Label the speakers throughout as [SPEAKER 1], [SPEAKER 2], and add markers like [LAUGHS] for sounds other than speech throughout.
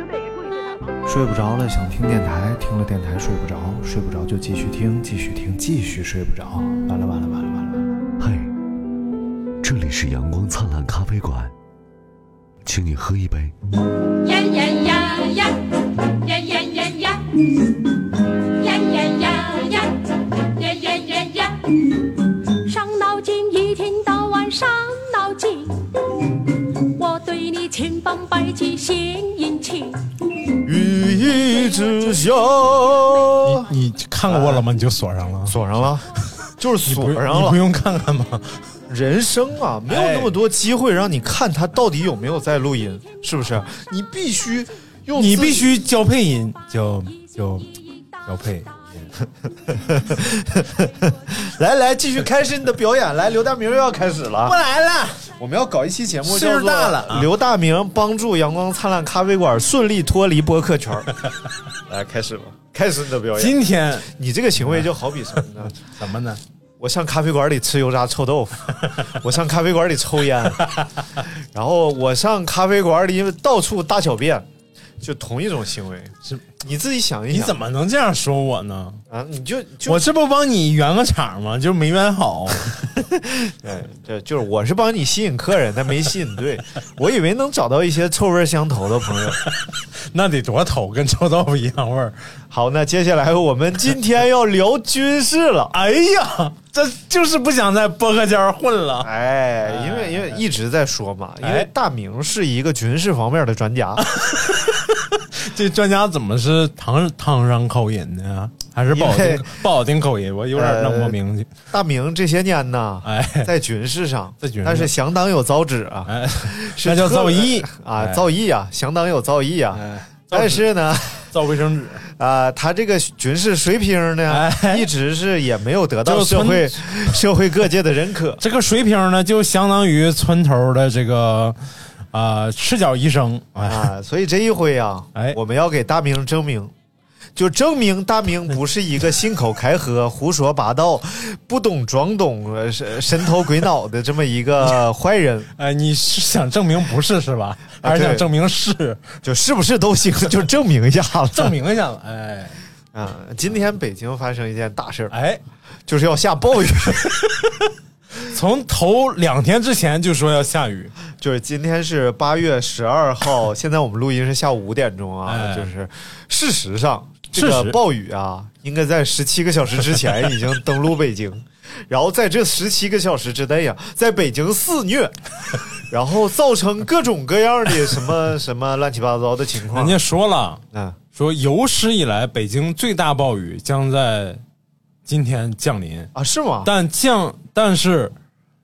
[SPEAKER 1] 球队也注意对他防守。
[SPEAKER 2] 睡不着了，想听电台，听了电台睡不着，睡不着就继续听，继续听，继续睡不着，完了完了完了完了完了。
[SPEAKER 3] 嗨，这里是阳光灿烂咖啡馆，请你喝一杯。
[SPEAKER 4] 呀呀呀呀呀呀呀呀！呀呀呀呀呀呀呀呀！伤脑筋，一天到晚伤脑筋。我对你千方百计献殷勤。
[SPEAKER 5] 羽翼之下，
[SPEAKER 6] 你你看过我了吗？你就锁上了，
[SPEAKER 5] 锁上了，就是
[SPEAKER 6] [LAUGHS] 你不
[SPEAKER 5] 锁
[SPEAKER 6] 用
[SPEAKER 5] 上
[SPEAKER 6] 你不
[SPEAKER 5] 了。
[SPEAKER 6] 用看看吗？
[SPEAKER 5] 人生啊，
[SPEAKER 6] 哎
[SPEAKER 5] 没有那么多机会让你看他到底有没有在录音，是不是？你必须用自己，
[SPEAKER 6] 你必须交配音，就就交配。
[SPEAKER 5] [LAUGHS] 来来，继续开始你的表演。来，刘大明又要开始了。
[SPEAKER 6] 来了，
[SPEAKER 5] 我们要搞一期节目，
[SPEAKER 6] 岁
[SPEAKER 5] 叫
[SPEAKER 6] 数
[SPEAKER 5] 做
[SPEAKER 6] 大了啊
[SPEAKER 5] 刘大明帮助阳光灿烂咖啡馆顺利脱离播客圈
[SPEAKER 6] [LAUGHS]
[SPEAKER 5] 儿。来，开始吧，开始你的表演。
[SPEAKER 6] 今天
[SPEAKER 5] 你这个行为就好比什么呢？
[SPEAKER 6] [LAUGHS] 怎么呢？
[SPEAKER 5] 我上咖啡馆里吃油炸臭豆腐， [LAUGHS] 我上咖啡馆里抽烟， [LAUGHS] 然后我上咖啡馆里到处大小便，就同一种行为。
[SPEAKER 6] 是
[SPEAKER 5] 你自己想一想，
[SPEAKER 6] 你怎么能这样说我呢？
[SPEAKER 5] 啊？你就就
[SPEAKER 6] 我这不帮你圆个场吗？就是没圆 [LAUGHS] 好，
[SPEAKER 5] [LAUGHS] 对，这就是我是帮你吸引客人，但没吸引对。我以为能找到一些臭味相投的朋友。
[SPEAKER 6] 那得多头，跟臭豆腐一样味儿。
[SPEAKER 5] 好，那接下来我们今天要聊军事了。
[SPEAKER 6] [LAUGHS] 哎呀，这就是不想在播客间儿混 [LAUGHS] 了。
[SPEAKER 5] 哎，因为因为一直在说嘛，因为
[SPEAKER 6] 哎
[SPEAKER 5] 大明是一个军事方面的专
[SPEAKER 6] [LAUGHS]
[SPEAKER 5] 家，
[SPEAKER 6] 这专家怎么是唐唐山口音呢？还是不好
[SPEAKER 5] 因为
[SPEAKER 6] 听不好听口音？我有点弄不明白。
[SPEAKER 5] 大明这些年呢，
[SPEAKER 6] 哎
[SPEAKER 5] 在军事上，
[SPEAKER 6] 在军事
[SPEAKER 5] 但是
[SPEAKER 6] 上
[SPEAKER 5] 相当有造纸啊，
[SPEAKER 6] 哎，
[SPEAKER 5] 是
[SPEAKER 6] 那叫
[SPEAKER 5] 特
[SPEAKER 6] 造
[SPEAKER 5] 别
[SPEAKER 6] 诣
[SPEAKER 5] 啊，
[SPEAKER 6] 哎
[SPEAKER 5] 造诣啊，相当有造诣啊。
[SPEAKER 6] 哎
[SPEAKER 5] 但是呢，
[SPEAKER 6] 造卫生纸，
[SPEAKER 5] 啊，他这个军事水平呢，
[SPEAKER 6] 哎
[SPEAKER 5] 一直是也没有得到
[SPEAKER 6] 就是
[SPEAKER 5] 社
[SPEAKER 6] 村
[SPEAKER 5] 会社会各界的认可。
[SPEAKER 6] 这个水平呢，就相当于村头的这个啊、赤脚医生。
[SPEAKER 5] [LAUGHS]
[SPEAKER 6] 哎，
[SPEAKER 5] 啊，所以这一回啊，
[SPEAKER 6] 哎
[SPEAKER 5] 我们要给大明证明，就证明大明不是一个信口开河、 [LAUGHS] 胡说八道、不懂装懂、呃神神头鬼脑的这么一个坏人，
[SPEAKER 6] 哎，你是想证明不是是吧？
[SPEAKER 5] 啊
[SPEAKER 6] 还是想
[SPEAKER 5] 对
[SPEAKER 6] 证明是？
[SPEAKER 5] 就是不是都行，就证明一下
[SPEAKER 6] 证
[SPEAKER 5] 子
[SPEAKER 6] 明一下吧。哎
[SPEAKER 5] 啊。今天北京发生一件大事儿，
[SPEAKER 6] 哎，
[SPEAKER 5] 就是要下暴雨，
[SPEAKER 6] 从头两天之前就说要下雨，
[SPEAKER 5] 就是今天是八月十二号，现在我们录音是下午五点钟啊，
[SPEAKER 6] 哎
[SPEAKER 5] 就是事实上。这
[SPEAKER 6] 事
[SPEAKER 5] 个
[SPEAKER 6] 实
[SPEAKER 5] 暴雨啊，应该在十七个小时之前已经登陆北京，
[SPEAKER 6] [LAUGHS]
[SPEAKER 5] 然后在这十七个小时之内啊，在北京肆
[SPEAKER 6] [LAUGHS]
[SPEAKER 5] 虐，然后造成各种各样的什
[SPEAKER 6] [LAUGHS]
[SPEAKER 5] 么什么乱七八糟的情
[SPEAKER 6] 人
[SPEAKER 5] 况。
[SPEAKER 6] 家说了，
[SPEAKER 5] 嗯，
[SPEAKER 6] 说有史以来北京最大暴雨将在今天降临，
[SPEAKER 5] 啊，是吗？
[SPEAKER 6] 但降但是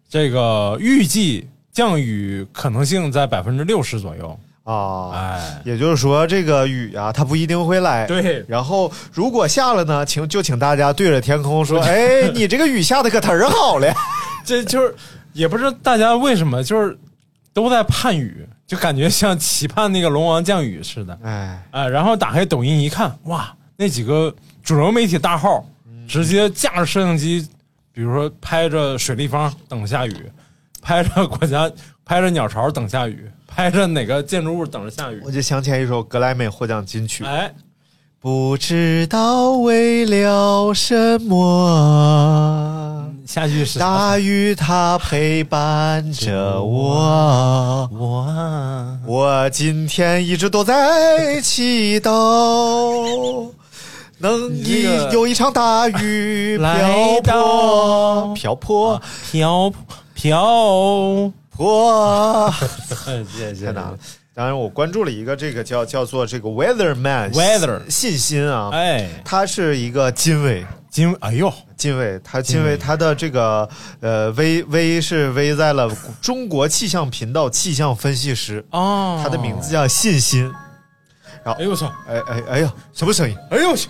[SPEAKER 6] 这个预计降雨可能性在百分之六十左右。
[SPEAKER 5] 啊，
[SPEAKER 6] 哎，
[SPEAKER 5] 也就是说这个雨啊，它不一定会来。
[SPEAKER 6] 对
[SPEAKER 5] 然后如果下了呢，请就请大家对着天空说：“哎，你这个雨下的可忒儿好了。”
[SPEAKER 6] 这就是也不知道大家为什么就是都在盼雨，就感觉像期盼那个龙王降雨似的。
[SPEAKER 5] 哎，
[SPEAKER 6] 啊、然后打开抖音一看，哇，那几个主流媒体大号直接架着摄像机，比如说拍着水立方等下雨，拍着国家拍着鸟巢等下雨，拍着哪个建筑物等着下雨
[SPEAKER 5] 我。就想起来一首格莱美获奖金曲，
[SPEAKER 6] 哎，
[SPEAKER 5] 不知道为了什么，
[SPEAKER 6] 下句是啥？
[SPEAKER 5] 大雨它陪伴着我。
[SPEAKER 6] 我啊
[SPEAKER 5] 我今天一直都在祈祷，能一
[SPEAKER 6] 你这个
[SPEAKER 5] 有一场大 [LAUGHS] 雨
[SPEAKER 6] 来
[SPEAKER 5] 瓢泼
[SPEAKER 6] 到
[SPEAKER 5] 瓢泼
[SPEAKER 6] 飘飘，
[SPEAKER 5] 泼， [LAUGHS]
[SPEAKER 6] 哎谢谢
[SPEAKER 5] 太难了。当然，我关注了一个这个叫叫做这个 Weatherman
[SPEAKER 6] Weather
[SPEAKER 5] 信心啊，
[SPEAKER 6] 哎，
[SPEAKER 5] 他是一个金卫，
[SPEAKER 6] 今哎呦，
[SPEAKER 5] 金卫，他金卫他的这个呃 V V 是 V 在了中国气象频道气象分析师，
[SPEAKER 6] 哦，
[SPEAKER 5] 他的名字叫信心。
[SPEAKER 6] 哎呦我操，
[SPEAKER 5] 哎哎哎呀，什么声音？
[SPEAKER 6] 哎呦我去，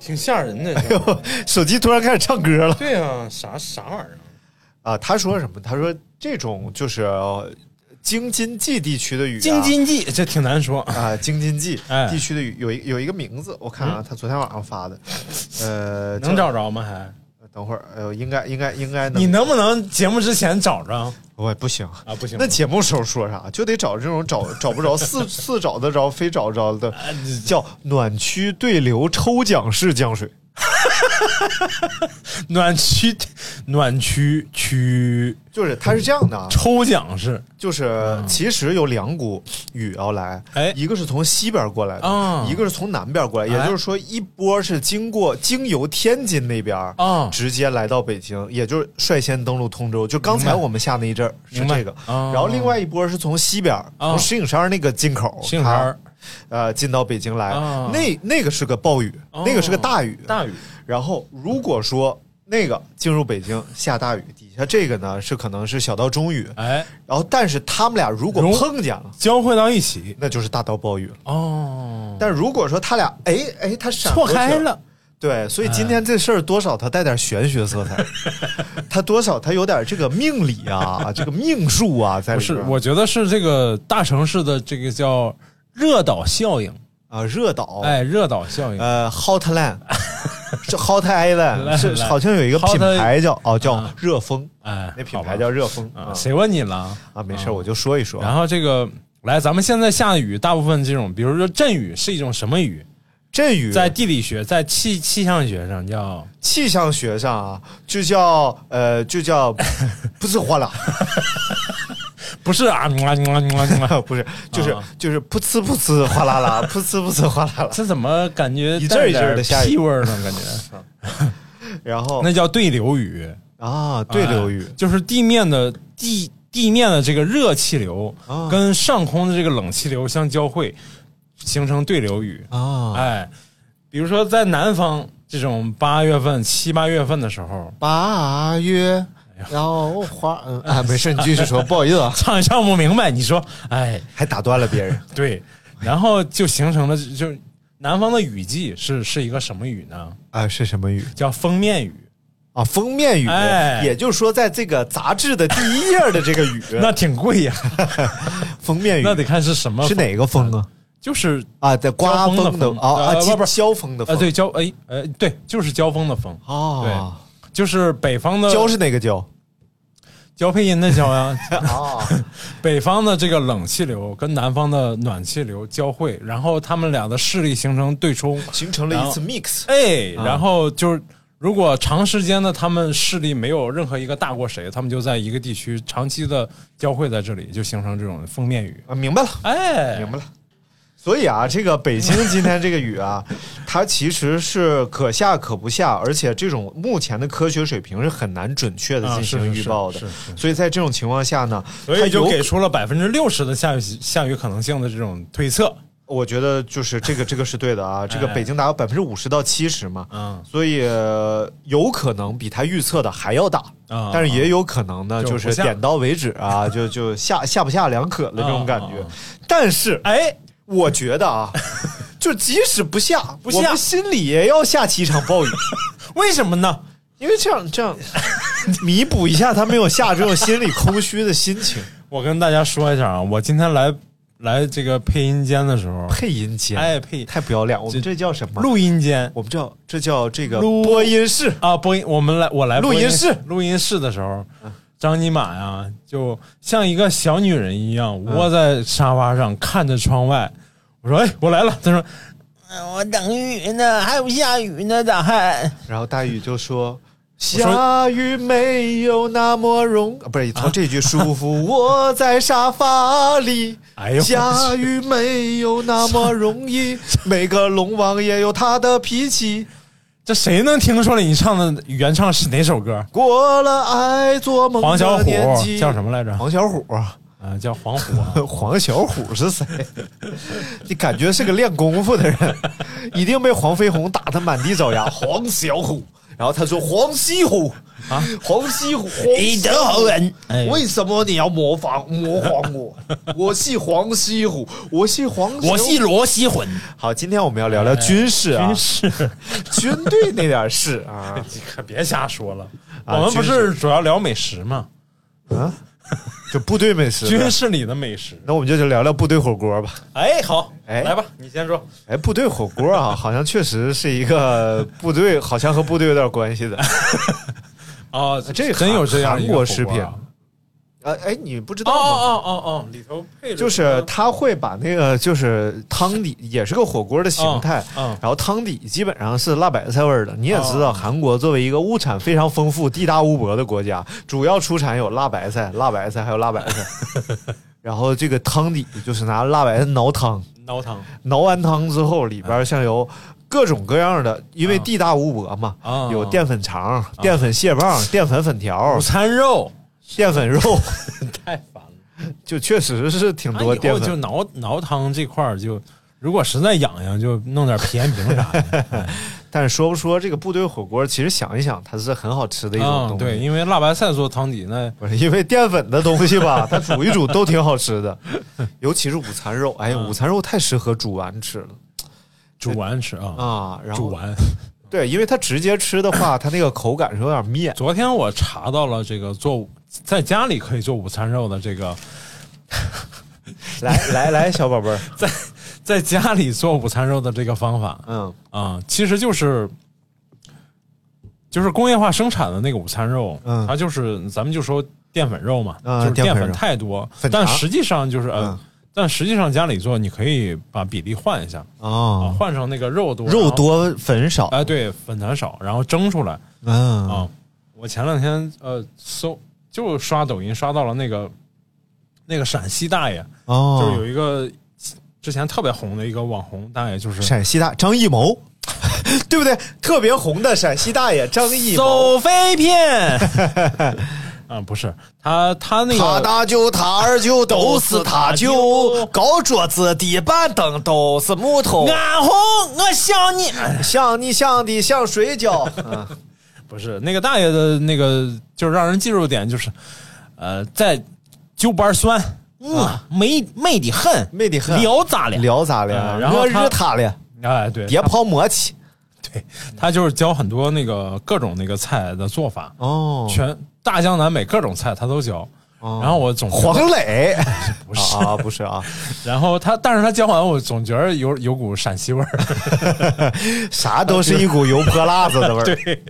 [SPEAKER 7] 挺吓人的。这个
[SPEAKER 5] 手机突然开始唱歌了
[SPEAKER 7] 对啊，啥啥玩意儿啊？
[SPEAKER 5] 啊！他说什么？他说这种就是呃京津冀地区的雨、啊，
[SPEAKER 6] 京津冀这挺难说，
[SPEAKER 5] 啊，京津冀
[SPEAKER 6] 哎嗯
[SPEAKER 5] 地区的雨有一有一个名字，我看啊，他昨天晚上发的，呃，
[SPEAKER 6] 能
[SPEAKER 5] 叫
[SPEAKER 6] 找着吗？还
[SPEAKER 5] 等会儿，呃，应该应该应该能，
[SPEAKER 6] 你能不能节目之前找着
[SPEAKER 5] 我不行。
[SPEAKER 6] 啊？不行，
[SPEAKER 5] 那节目时候说啥，就得找这种
[SPEAKER 6] [LAUGHS]
[SPEAKER 5] 找找不着、似似找得着、非找着的，
[SPEAKER 6] 啊
[SPEAKER 5] 叫暖区对流抽奖式降水。
[SPEAKER 6] 暖区暖区区
[SPEAKER 5] 就是它是这样的啊，
[SPEAKER 6] 抽奖是
[SPEAKER 5] 就是其实有两股雨要来，
[SPEAKER 6] 哎
[SPEAKER 5] 一个是从西边过来的，
[SPEAKER 6] 啊
[SPEAKER 5] 一个是从南边过来，
[SPEAKER 6] 哎
[SPEAKER 5] 也就是说一波是经过经由天津那边
[SPEAKER 6] 啊
[SPEAKER 5] 直接来到北京，也就是率先登陆通州，就刚才
[SPEAKER 6] 明白
[SPEAKER 5] 我们下那一阵儿是
[SPEAKER 6] 明白
[SPEAKER 5] 这个，
[SPEAKER 6] 啊
[SPEAKER 5] 然后另外一波是从西边从石景山那个进口，
[SPEAKER 6] 杏仁儿
[SPEAKER 5] 它呃进到北京来，
[SPEAKER 6] 啊哦
[SPEAKER 5] 那那个是个暴雨，那个是个大雨，
[SPEAKER 6] 大雨
[SPEAKER 5] 然后如果说那个进入北京下大雨，底下这个呢是可能是小到中雨，
[SPEAKER 6] 哎
[SPEAKER 5] 然后但是他们俩如果
[SPEAKER 6] 融
[SPEAKER 5] 碰见了，
[SPEAKER 6] 交汇到一起
[SPEAKER 5] 那就是大到暴雨了。
[SPEAKER 6] 哦，
[SPEAKER 5] 但如果说他俩哎哎他闪
[SPEAKER 6] 错
[SPEAKER 5] 过去
[SPEAKER 6] 开，了，哎
[SPEAKER 5] 对，所以今天这事儿多少它带点玄学色
[SPEAKER 6] [LAUGHS]
[SPEAKER 5] 彩，它多少它有点这个命理啊，这个命数啊在
[SPEAKER 6] 不
[SPEAKER 5] 里
[SPEAKER 6] 是
[SPEAKER 5] 边，儿
[SPEAKER 6] 我觉得是这个大城市的这个叫热岛效应，
[SPEAKER 5] 啊热岛
[SPEAKER 6] 哎，热岛效应，
[SPEAKER 5] 呃，Hotland 是 Hot
[SPEAKER 6] [LAUGHS]
[SPEAKER 5] Island 是
[SPEAKER 6] Hotland
[SPEAKER 5] 好像有一个品
[SPEAKER 6] Hot-
[SPEAKER 5] 牌叫哦叫
[SPEAKER 6] 啊
[SPEAKER 5] 热风，
[SPEAKER 6] 哎，
[SPEAKER 5] 那品
[SPEAKER 6] 好吧
[SPEAKER 5] 牌叫热风
[SPEAKER 6] 啊，
[SPEAKER 5] 啊
[SPEAKER 6] 谁问你了？
[SPEAKER 5] 啊没事儿我就说一说啊
[SPEAKER 6] 然。后这个来，咱们现在下雨，大部分这种，比如说阵雨是一种什么雨？
[SPEAKER 5] 阵雨
[SPEAKER 6] 在地理学，在气气象学上叫
[SPEAKER 5] 气象学上啊，就叫呃，就
[SPEAKER 6] [LAUGHS]
[SPEAKER 5] 叫不是哗啦， [LAUGHS]
[SPEAKER 6] 不是 [LAUGHS] 啊？嗯啊嗯啊嗯啊嗯啊
[SPEAKER 5] 不是，就是、
[SPEAKER 6] 啊
[SPEAKER 5] 就是噗呲噗呲哗啦啦，噗呲噗呲哗啦啦，
[SPEAKER 6] [LAUGHS] 这怎么感觉
[SPEAKER 5] 一阵儿一阵儿的
[SPEAKER 6] 带点
[SPEAKER 5] 下雨
[SPEAKER 6] 屁味儿呢？
[SPEAKER 5] [LAUGHS]
[SPEAKER 6] 感觉
[SPEAKER 5] 然后
[SPEAKER 6] 那叫对流雨，
[SPEAKER 5] 啊，哦对流雨
[SPEAKER 6] 哎，就是地面的地地面的这个热气流
[SPEAKER 5] 啊
[SPEAKER 6] 跟上空的这个冷气流相交汇，形成对流雨。
[SPEAKER 5] 啊，
[SPEAKER 6] 哎，比如说在南方这种八月份、七八月份的时候， [LAUGHS]
[SPEAKER 5] 八月，
[SPEAKER 6] 哎
[SPEAKER 5] 然后花，嗯啊，没事，你继续说，不好意思啊，
[SPEAKER 6] 唱也唱不明白，你说，哎，
[SPEAKER 5] 还打断了别人，
[SPEAKER 6] 对，然后就形成了，就是南方的雨季是是一个什么雨呢？
[SPEAKER 5] 啊，是什么雨
[SPEAKER 6] 叫封面雨。
[SPEAKER 5] 啊？封面雨，
[SPEAKER 6] 哎
[SPEAKER 5] 也就是说，在这个杂志的第一页的这个雨，
[SPEAKER 6] [LAUGHS] 那挺贵呀、
[SPEAKER 5] 封面雨
[SPEAKER 6] 那得看是什么风，
[SPEAKER 5] 是哪个风啊？
[SPEAKER 6] 就是
[SPEAKER 5] 啊，在刮
[SPEAKER 6] 交
[SPEAKER 5] 风
[SPEAKER 6] 风的
[SPEAKER 5] 的
[SPEAKER 6] 风
[SPEAKER 5] 啊啊，
[SPEAKER 6] 呃不不
[SPEAKER 5] 交风的
[SPEAKER 6] 呃，
[SPEAKER 5] 风，
[SPEAKER 6] 对，交哎呃，对，就是交锋的风，
[SPEAKER 5] 啊，
[SPEAKER 6] 就是北方的
[SPEAKER 5] 交是哪个交？
[SPEAKER 6] 交配音的交呀、
[SPEAKER 5] [LAUGHS] 啊，
[SPEAKER 6] [LAUGHS] 北方的这个冷气流跟南方的暖气流交汇，然后他们俩的势力形成对冲，
[SPEAKER 5] 形成了一次 mix
[SPEAKER 6] 哎，然后就是如果长时间的他们势力没有任何一个大过谁，他们就在一个地区长期的交汇在这里，就形成这种封面雨。
[SPEAKER 5] 啊，明白了，
[SPEAKER 6] 哎，
[SPEAKER 5] 明白了。所以啊，这个北京今天这个雨
[SPEAKER 6] [LAUGHS]
[SPEAKER 5] 啊，它其实是可下可不下，而且这种目前的科学水平是很难准确的
[SPEAKER 6] 啊
[SPEAKER 5] 进行
[SPEAKER 6] 是是
[SPEAKER 5] 预报的
[SPEAKER 6] 是是。
[SPEAKER 5] 所以在这种情况下呢，
[SPEAKER 6] 所
[SPEAKER 5] 它
[SPEAKER 6] 以就
[SPEAKER 5] 有
[SPEAKER 6] 给
[SPEAKER 5] 可
[SPEAKER 6] 出了百分之六十的下雨下雨可能性的这种推测。
[SPEAKER 5] 我觉得就是
[SPEAKER 6] [LAUGHS]
[SPEAKER 5] 这个这个是对的啊，这个北京达到百分之五十到七十嘛，
[SPEAKER 6] 哎嗯
[SPEAKER 5] 所以呃有可能比它预测的还要大。
[SPEAKER 6] 啊
[SPEAKER 5] 但是也有可能呢，
[SPEAKER 6] 嗯就
[SPEAKER 5] 就
[SPEAKER 6] 不
[SPEAKER 5] 是
[SPEAKER 6] 下
[SPEAKER 5] 点到为止
[SPEAKER 6] [LAUGHS]
[SPEAKER 5] 啊，就就下下不下两可的这种感觉
[SPEAKER 6] 啊啊。
[SPEAKER 5] 但是
[SPEAKER 6] 哎，
[SPEAKER 5] 我觉得
[SPEAKER 6] [LAUGHS]
[SPEAKER 5] 啊，就即使不下，
[SPEAKER 6] 不下
[SPEAKER 5] 我们心里也要下起一场
[SPEAKER 6] [LAUGHS]
[SPEAKER 5] 暴雨，
[SPEAKER 6] 为什么呢？
[SPEAKER 5] 因为这样这样弥补一下他没有下这种心里空虚的心
[SPEAKER 6] [LAUGHS]
[SPEAKER 5] 情。
[SPEAKER 6] 我跟大家说一下啊，我今天来来这个配音间的时候，
[SPEAKER 5] 配音间，
[SPEAKER 6] 哎配
[SPEAKER 5] 太不要脸，我们
[SPEAKER 6] 这
[SPEAKER 5] 这叫什么？
[SPEAKER 6] 录音间
[SPEAKER 5] 我们叫这叫这个
[SPEAKER 6] 录
[SPEAKER 5] 播音室
[SPEAKER 6] 啊，播音我们来我来
[SPEAKER 5] 录
[SPEAKER 6] 播
[SPEAKER 5] 音室
[SPEAKER 6] 录音室嗯的时候，张尼玛呀，就像一个小女人一样窝在沙发上看着窗外。我说：“哎，我来了。”他说：“嗯我等雨呢，还不下雨呢，咋还
[SPEAKER 5] 然后大禹就说。
[SPEAKER 6] 说
[SPEAKER 5] 下雨没有那么容，啊、不是从这句舒服。我在沙发里，
[SPEAKER 6] 哎呦我去
[SPEAKER 5] 下雨没有那么容易。 [LAUGHS] 每个龙王也有他的脾气，
[SPEAKER 6] 这谁能听出来你唱的原唱是哪首歌？
[SPEAKER 5] 过了爱做梦
[SPEAKER 6] 黄小
[SPEAKER 5] 的
[SPEAKER 6] 虎
[SPEAKER 5] 年纪
[SPEAKER 6] 叫什么来着？
[SPEAKER 5] 黄小虎，
[SPEAKER 6] 啊，叫黄虎 [LAUGHS] 啊。
[SPEAKER 5] [LAUGHS] 黄小虎是谁？ [LAUGHS] 你感觉是个练功夫的人，一定被黄飞鸿打得满地找牙。黄小虎，然后他说黄西虎啊，黄西虎，
[SPEAKER 7] 以德
[SPEAKER 5] 好
[SPEAKER 7] 报人哎
[SPEAKER 5] 为什么你要模仿模仿我？我是黄西虎，我是黄，
[SPEAKER 7] 我是罗西混，
[SPEAKER 5] 好，今天我们要聊聊军事啊，
[SPEAKER 7] 是
[SPEAKER 5] 军队那点事啊，
[SPEAKER 6] 你可别瞎说了，
[SPEAKER 5] 啊
[SPEAKER 6] 我们不
[SPEAKER 5] 军
[SPEAKER 6] 是主要聊美食吗？
[SPEAKER 5] 就部队美食。
[SPEAKER 6] 军事里的美食。
[SPEAKER 5] 那我们就聊聊部队火锅吧。
[SPEAKER 6] 哎，好，
[SPEAKER 5] 哎
[SPEAKER 6] 来吧，你先说。
[SPEAKER 5] 哎，部队火锅啊，好像确实是一个部队，好像和部队有点关系的。
[SPEAKER 6] 啊，
[SPEAKER 5] 这
[SPEAKER 6] 真有这样
[SPEAKER 5] 韩
[SPEAKER 6] 一
[SPEAKER 5] 韩
[SPEAKER 6] 个
[SPEAKER 5] 国
[SPEAKER 6] 火
[SPEAKER 5] 食品
[SPEAKER 6] 锅啊
[SPEAKER 5] 啊，哎，你不知
[SPEAKER 6] 哦
[SPEAKER 5] 道吗？
[SPEAKER 6] 哦哦哦哦，里头配着
[SPEAKER 5] 就是他会把那个就是汤底也是个火锅的形态，
[SPEAKER 6] 嗯嗯
[SPEAKER 5] 然后汤底基本上是辣白菜味儿的。你也知
[SPEAKER 6] 哦
[SPEAKER 5] 道，韩国作为一个物产非常丰富、地大物博的国家，主要出产有辣白菜、辣白菜还有辣白菜。 [LAUGHS] 然后这个汤底就是拿辣白菜熬汤，
[SPEAKER 6] 熬汤
[SPEAKER 5] 熬完汤之后里边像有。各种各样的，因为
[SPEAKER 6] 嗯
[SPEAKER 5] 地大物博嘛，
[SPEAKER 6] 嗯
[SPEAKER 5] 有淀粉肠、淀粉蟹
[SPEAKER 6] [LAUGHS]
[SPEAKER 5] 棒、淀粉粉条
[SPEAKER 6] 午、餐肉，
[SPEAKER 5] 淀粉肉， [LAUGHS]
[SPEAKER 6] 太烦了。
[SPEAKER 5] 就确实是挺
[SPEAKER 6] 那
[SPEAKER 5] 多
[SPEAKER 6] 以
[SPEAKER 5] 淀
[SPEAKER 6] 后
[SPEAKER 5] 粉。
[SPEAKER 6] 哎哦就熬熬汤这块儿，就如果实在痒痒，就弄点皮炎平啥
[SPEAKER 5] [LAUGHS]
[SPEAKER 6] 的。
[SPEAKER 5] 但是说不说这个部队火锅，其实想一想，它是很好吃的一种
[SPEAKER 6] 嗯，
[SPEAKER 5] 东西。
[SPEAKER 6] 对，因为辣白菜做汤底那
[SPEAKER 5] 不是因为淀粉的东西
[SPEAKER 6] [LAUGHS]
[SPEAKER 5] 吧，它煮一煮都挺好吃的，尤其是午餐肉。
[SPEAKER 6] 啊
[SPEAKER 5] 哎呀，午餐肉太适合煮完吃了
[SPEAKER 6] 煮完吃啊，
[SPEAKER 5] 啊！然后
[SPEAKER 6] 煮完。
[SPEAKER 5] 对，因为它直接吃的话，它那个口感是有点面。
[SPEAKER 6] [LAUGHS] 昨天我查到了这个做午在家里可以做午餐肉的这个，
[SPEAKER 5] 来来来，小宝贝儿，
[SPEAKER 6] 在家里做午餐肉的这个方法
[SPEAKER 5] 嗯
[SPEAKER 6] 啊、其实就是就是工业化生产的那个午餐肉，
[SPEAKER 5] 嗯
[SPEAKER 6] 它就是咱们就说淀粉肉嘛，
[SPEAKER 5] 嗯
[SPEAKER 6] 就是
[SPEAKER 5] 淀
[SPEAKER 6] 淀
[SPEAKER 5] 粉
[SPEAKER 6] 粉
[SPEAKER 5] 肉
[SPEAKER 6] 太多
[SPEAKER 5] 粉，
[SPEAKER 6] 但
[SPEAKER 5] 肠
[SPEAKER 6] 实际上就是呃，
[SPEAKER 5] 嗯
[SPEAKER 6] 但实际上家里做你可以把比例换一下啊，
[SPEAKER 5] 哦，
[SPEAKER 6] 换成那个肉多，
[SPEAKER 5] 肉
[SPEAKER 6] 然后
[SPEAKER 5] 多粉少
[SPEAKER 6] 哎、，对，粉团少，然后蒸出来。啊、
[SPEAKER 5] 嗯
[SPEAKER 6] 我前两天呃搜就刷抖音刷到了那个那个陕西大爷，就是
[SPEAKER 5] 哦，
[SPEAKER 6] 有一个之前特别红的一个网红大爷，就是
[SPEAKER 5] 陕西大张艺谋， [LAUGHS] 对不对？特别红的陕西大爷张艺谋，
[SPEAKER 6] 走
[SPEAKER 5] [LAUGHS]
[SPEAKER 6] 飞片。啊、不是他，他那
[SPEAKER 5] 塔
[SPEAKER 6] 个
[SPEAKER 5] 搭就塔儿就都是塔就，高桌子地板凳都是木头。
[SPEAKER 6] 俺红，我想你。
[SPEAKER 5] 像你像的像水
[SPEAKER 6] [LAUGHS]
[SPEAKER 5] 饺，
[SPEAKER 6] 不是那个大爷的那个，就是让人记住的点就是，呃，在酒吧酸，嗯，美美的很，
[SPEAKER 5] 美得很
[SPEAKER 6] 聊咋了？
[SPEAKER 5] 聊咋了？
[SPEAKER 6] 嗯然后
[SPEAKER 5] 我
[SPEAKER 6] 他
[SPEAKER 5] 日他了，
[SPEAKER 6] 哎，对，
[SPEAKER 5] 别泡馍去。
[SPEAKER 6] 他就是教很多那个各种那个菜的做法，
[SPEAKER 5] 哦
[SPEAKER 6] 全大江南北各种菜他都教。然后我总觉得
[SPEAKER 5] 黄磊
[SPEAKER 6] [LAUGHS] 不是，
[SPEAKER 5] 啊，不是啊，
[SPEAKER 6] 然后他，但是他教完我总觉得有有股陕西味儿。
[SPEAKER 5] 啥都是一股油泼辣子的味儿。
[SPEAKER 6] [LAUGHS] 对，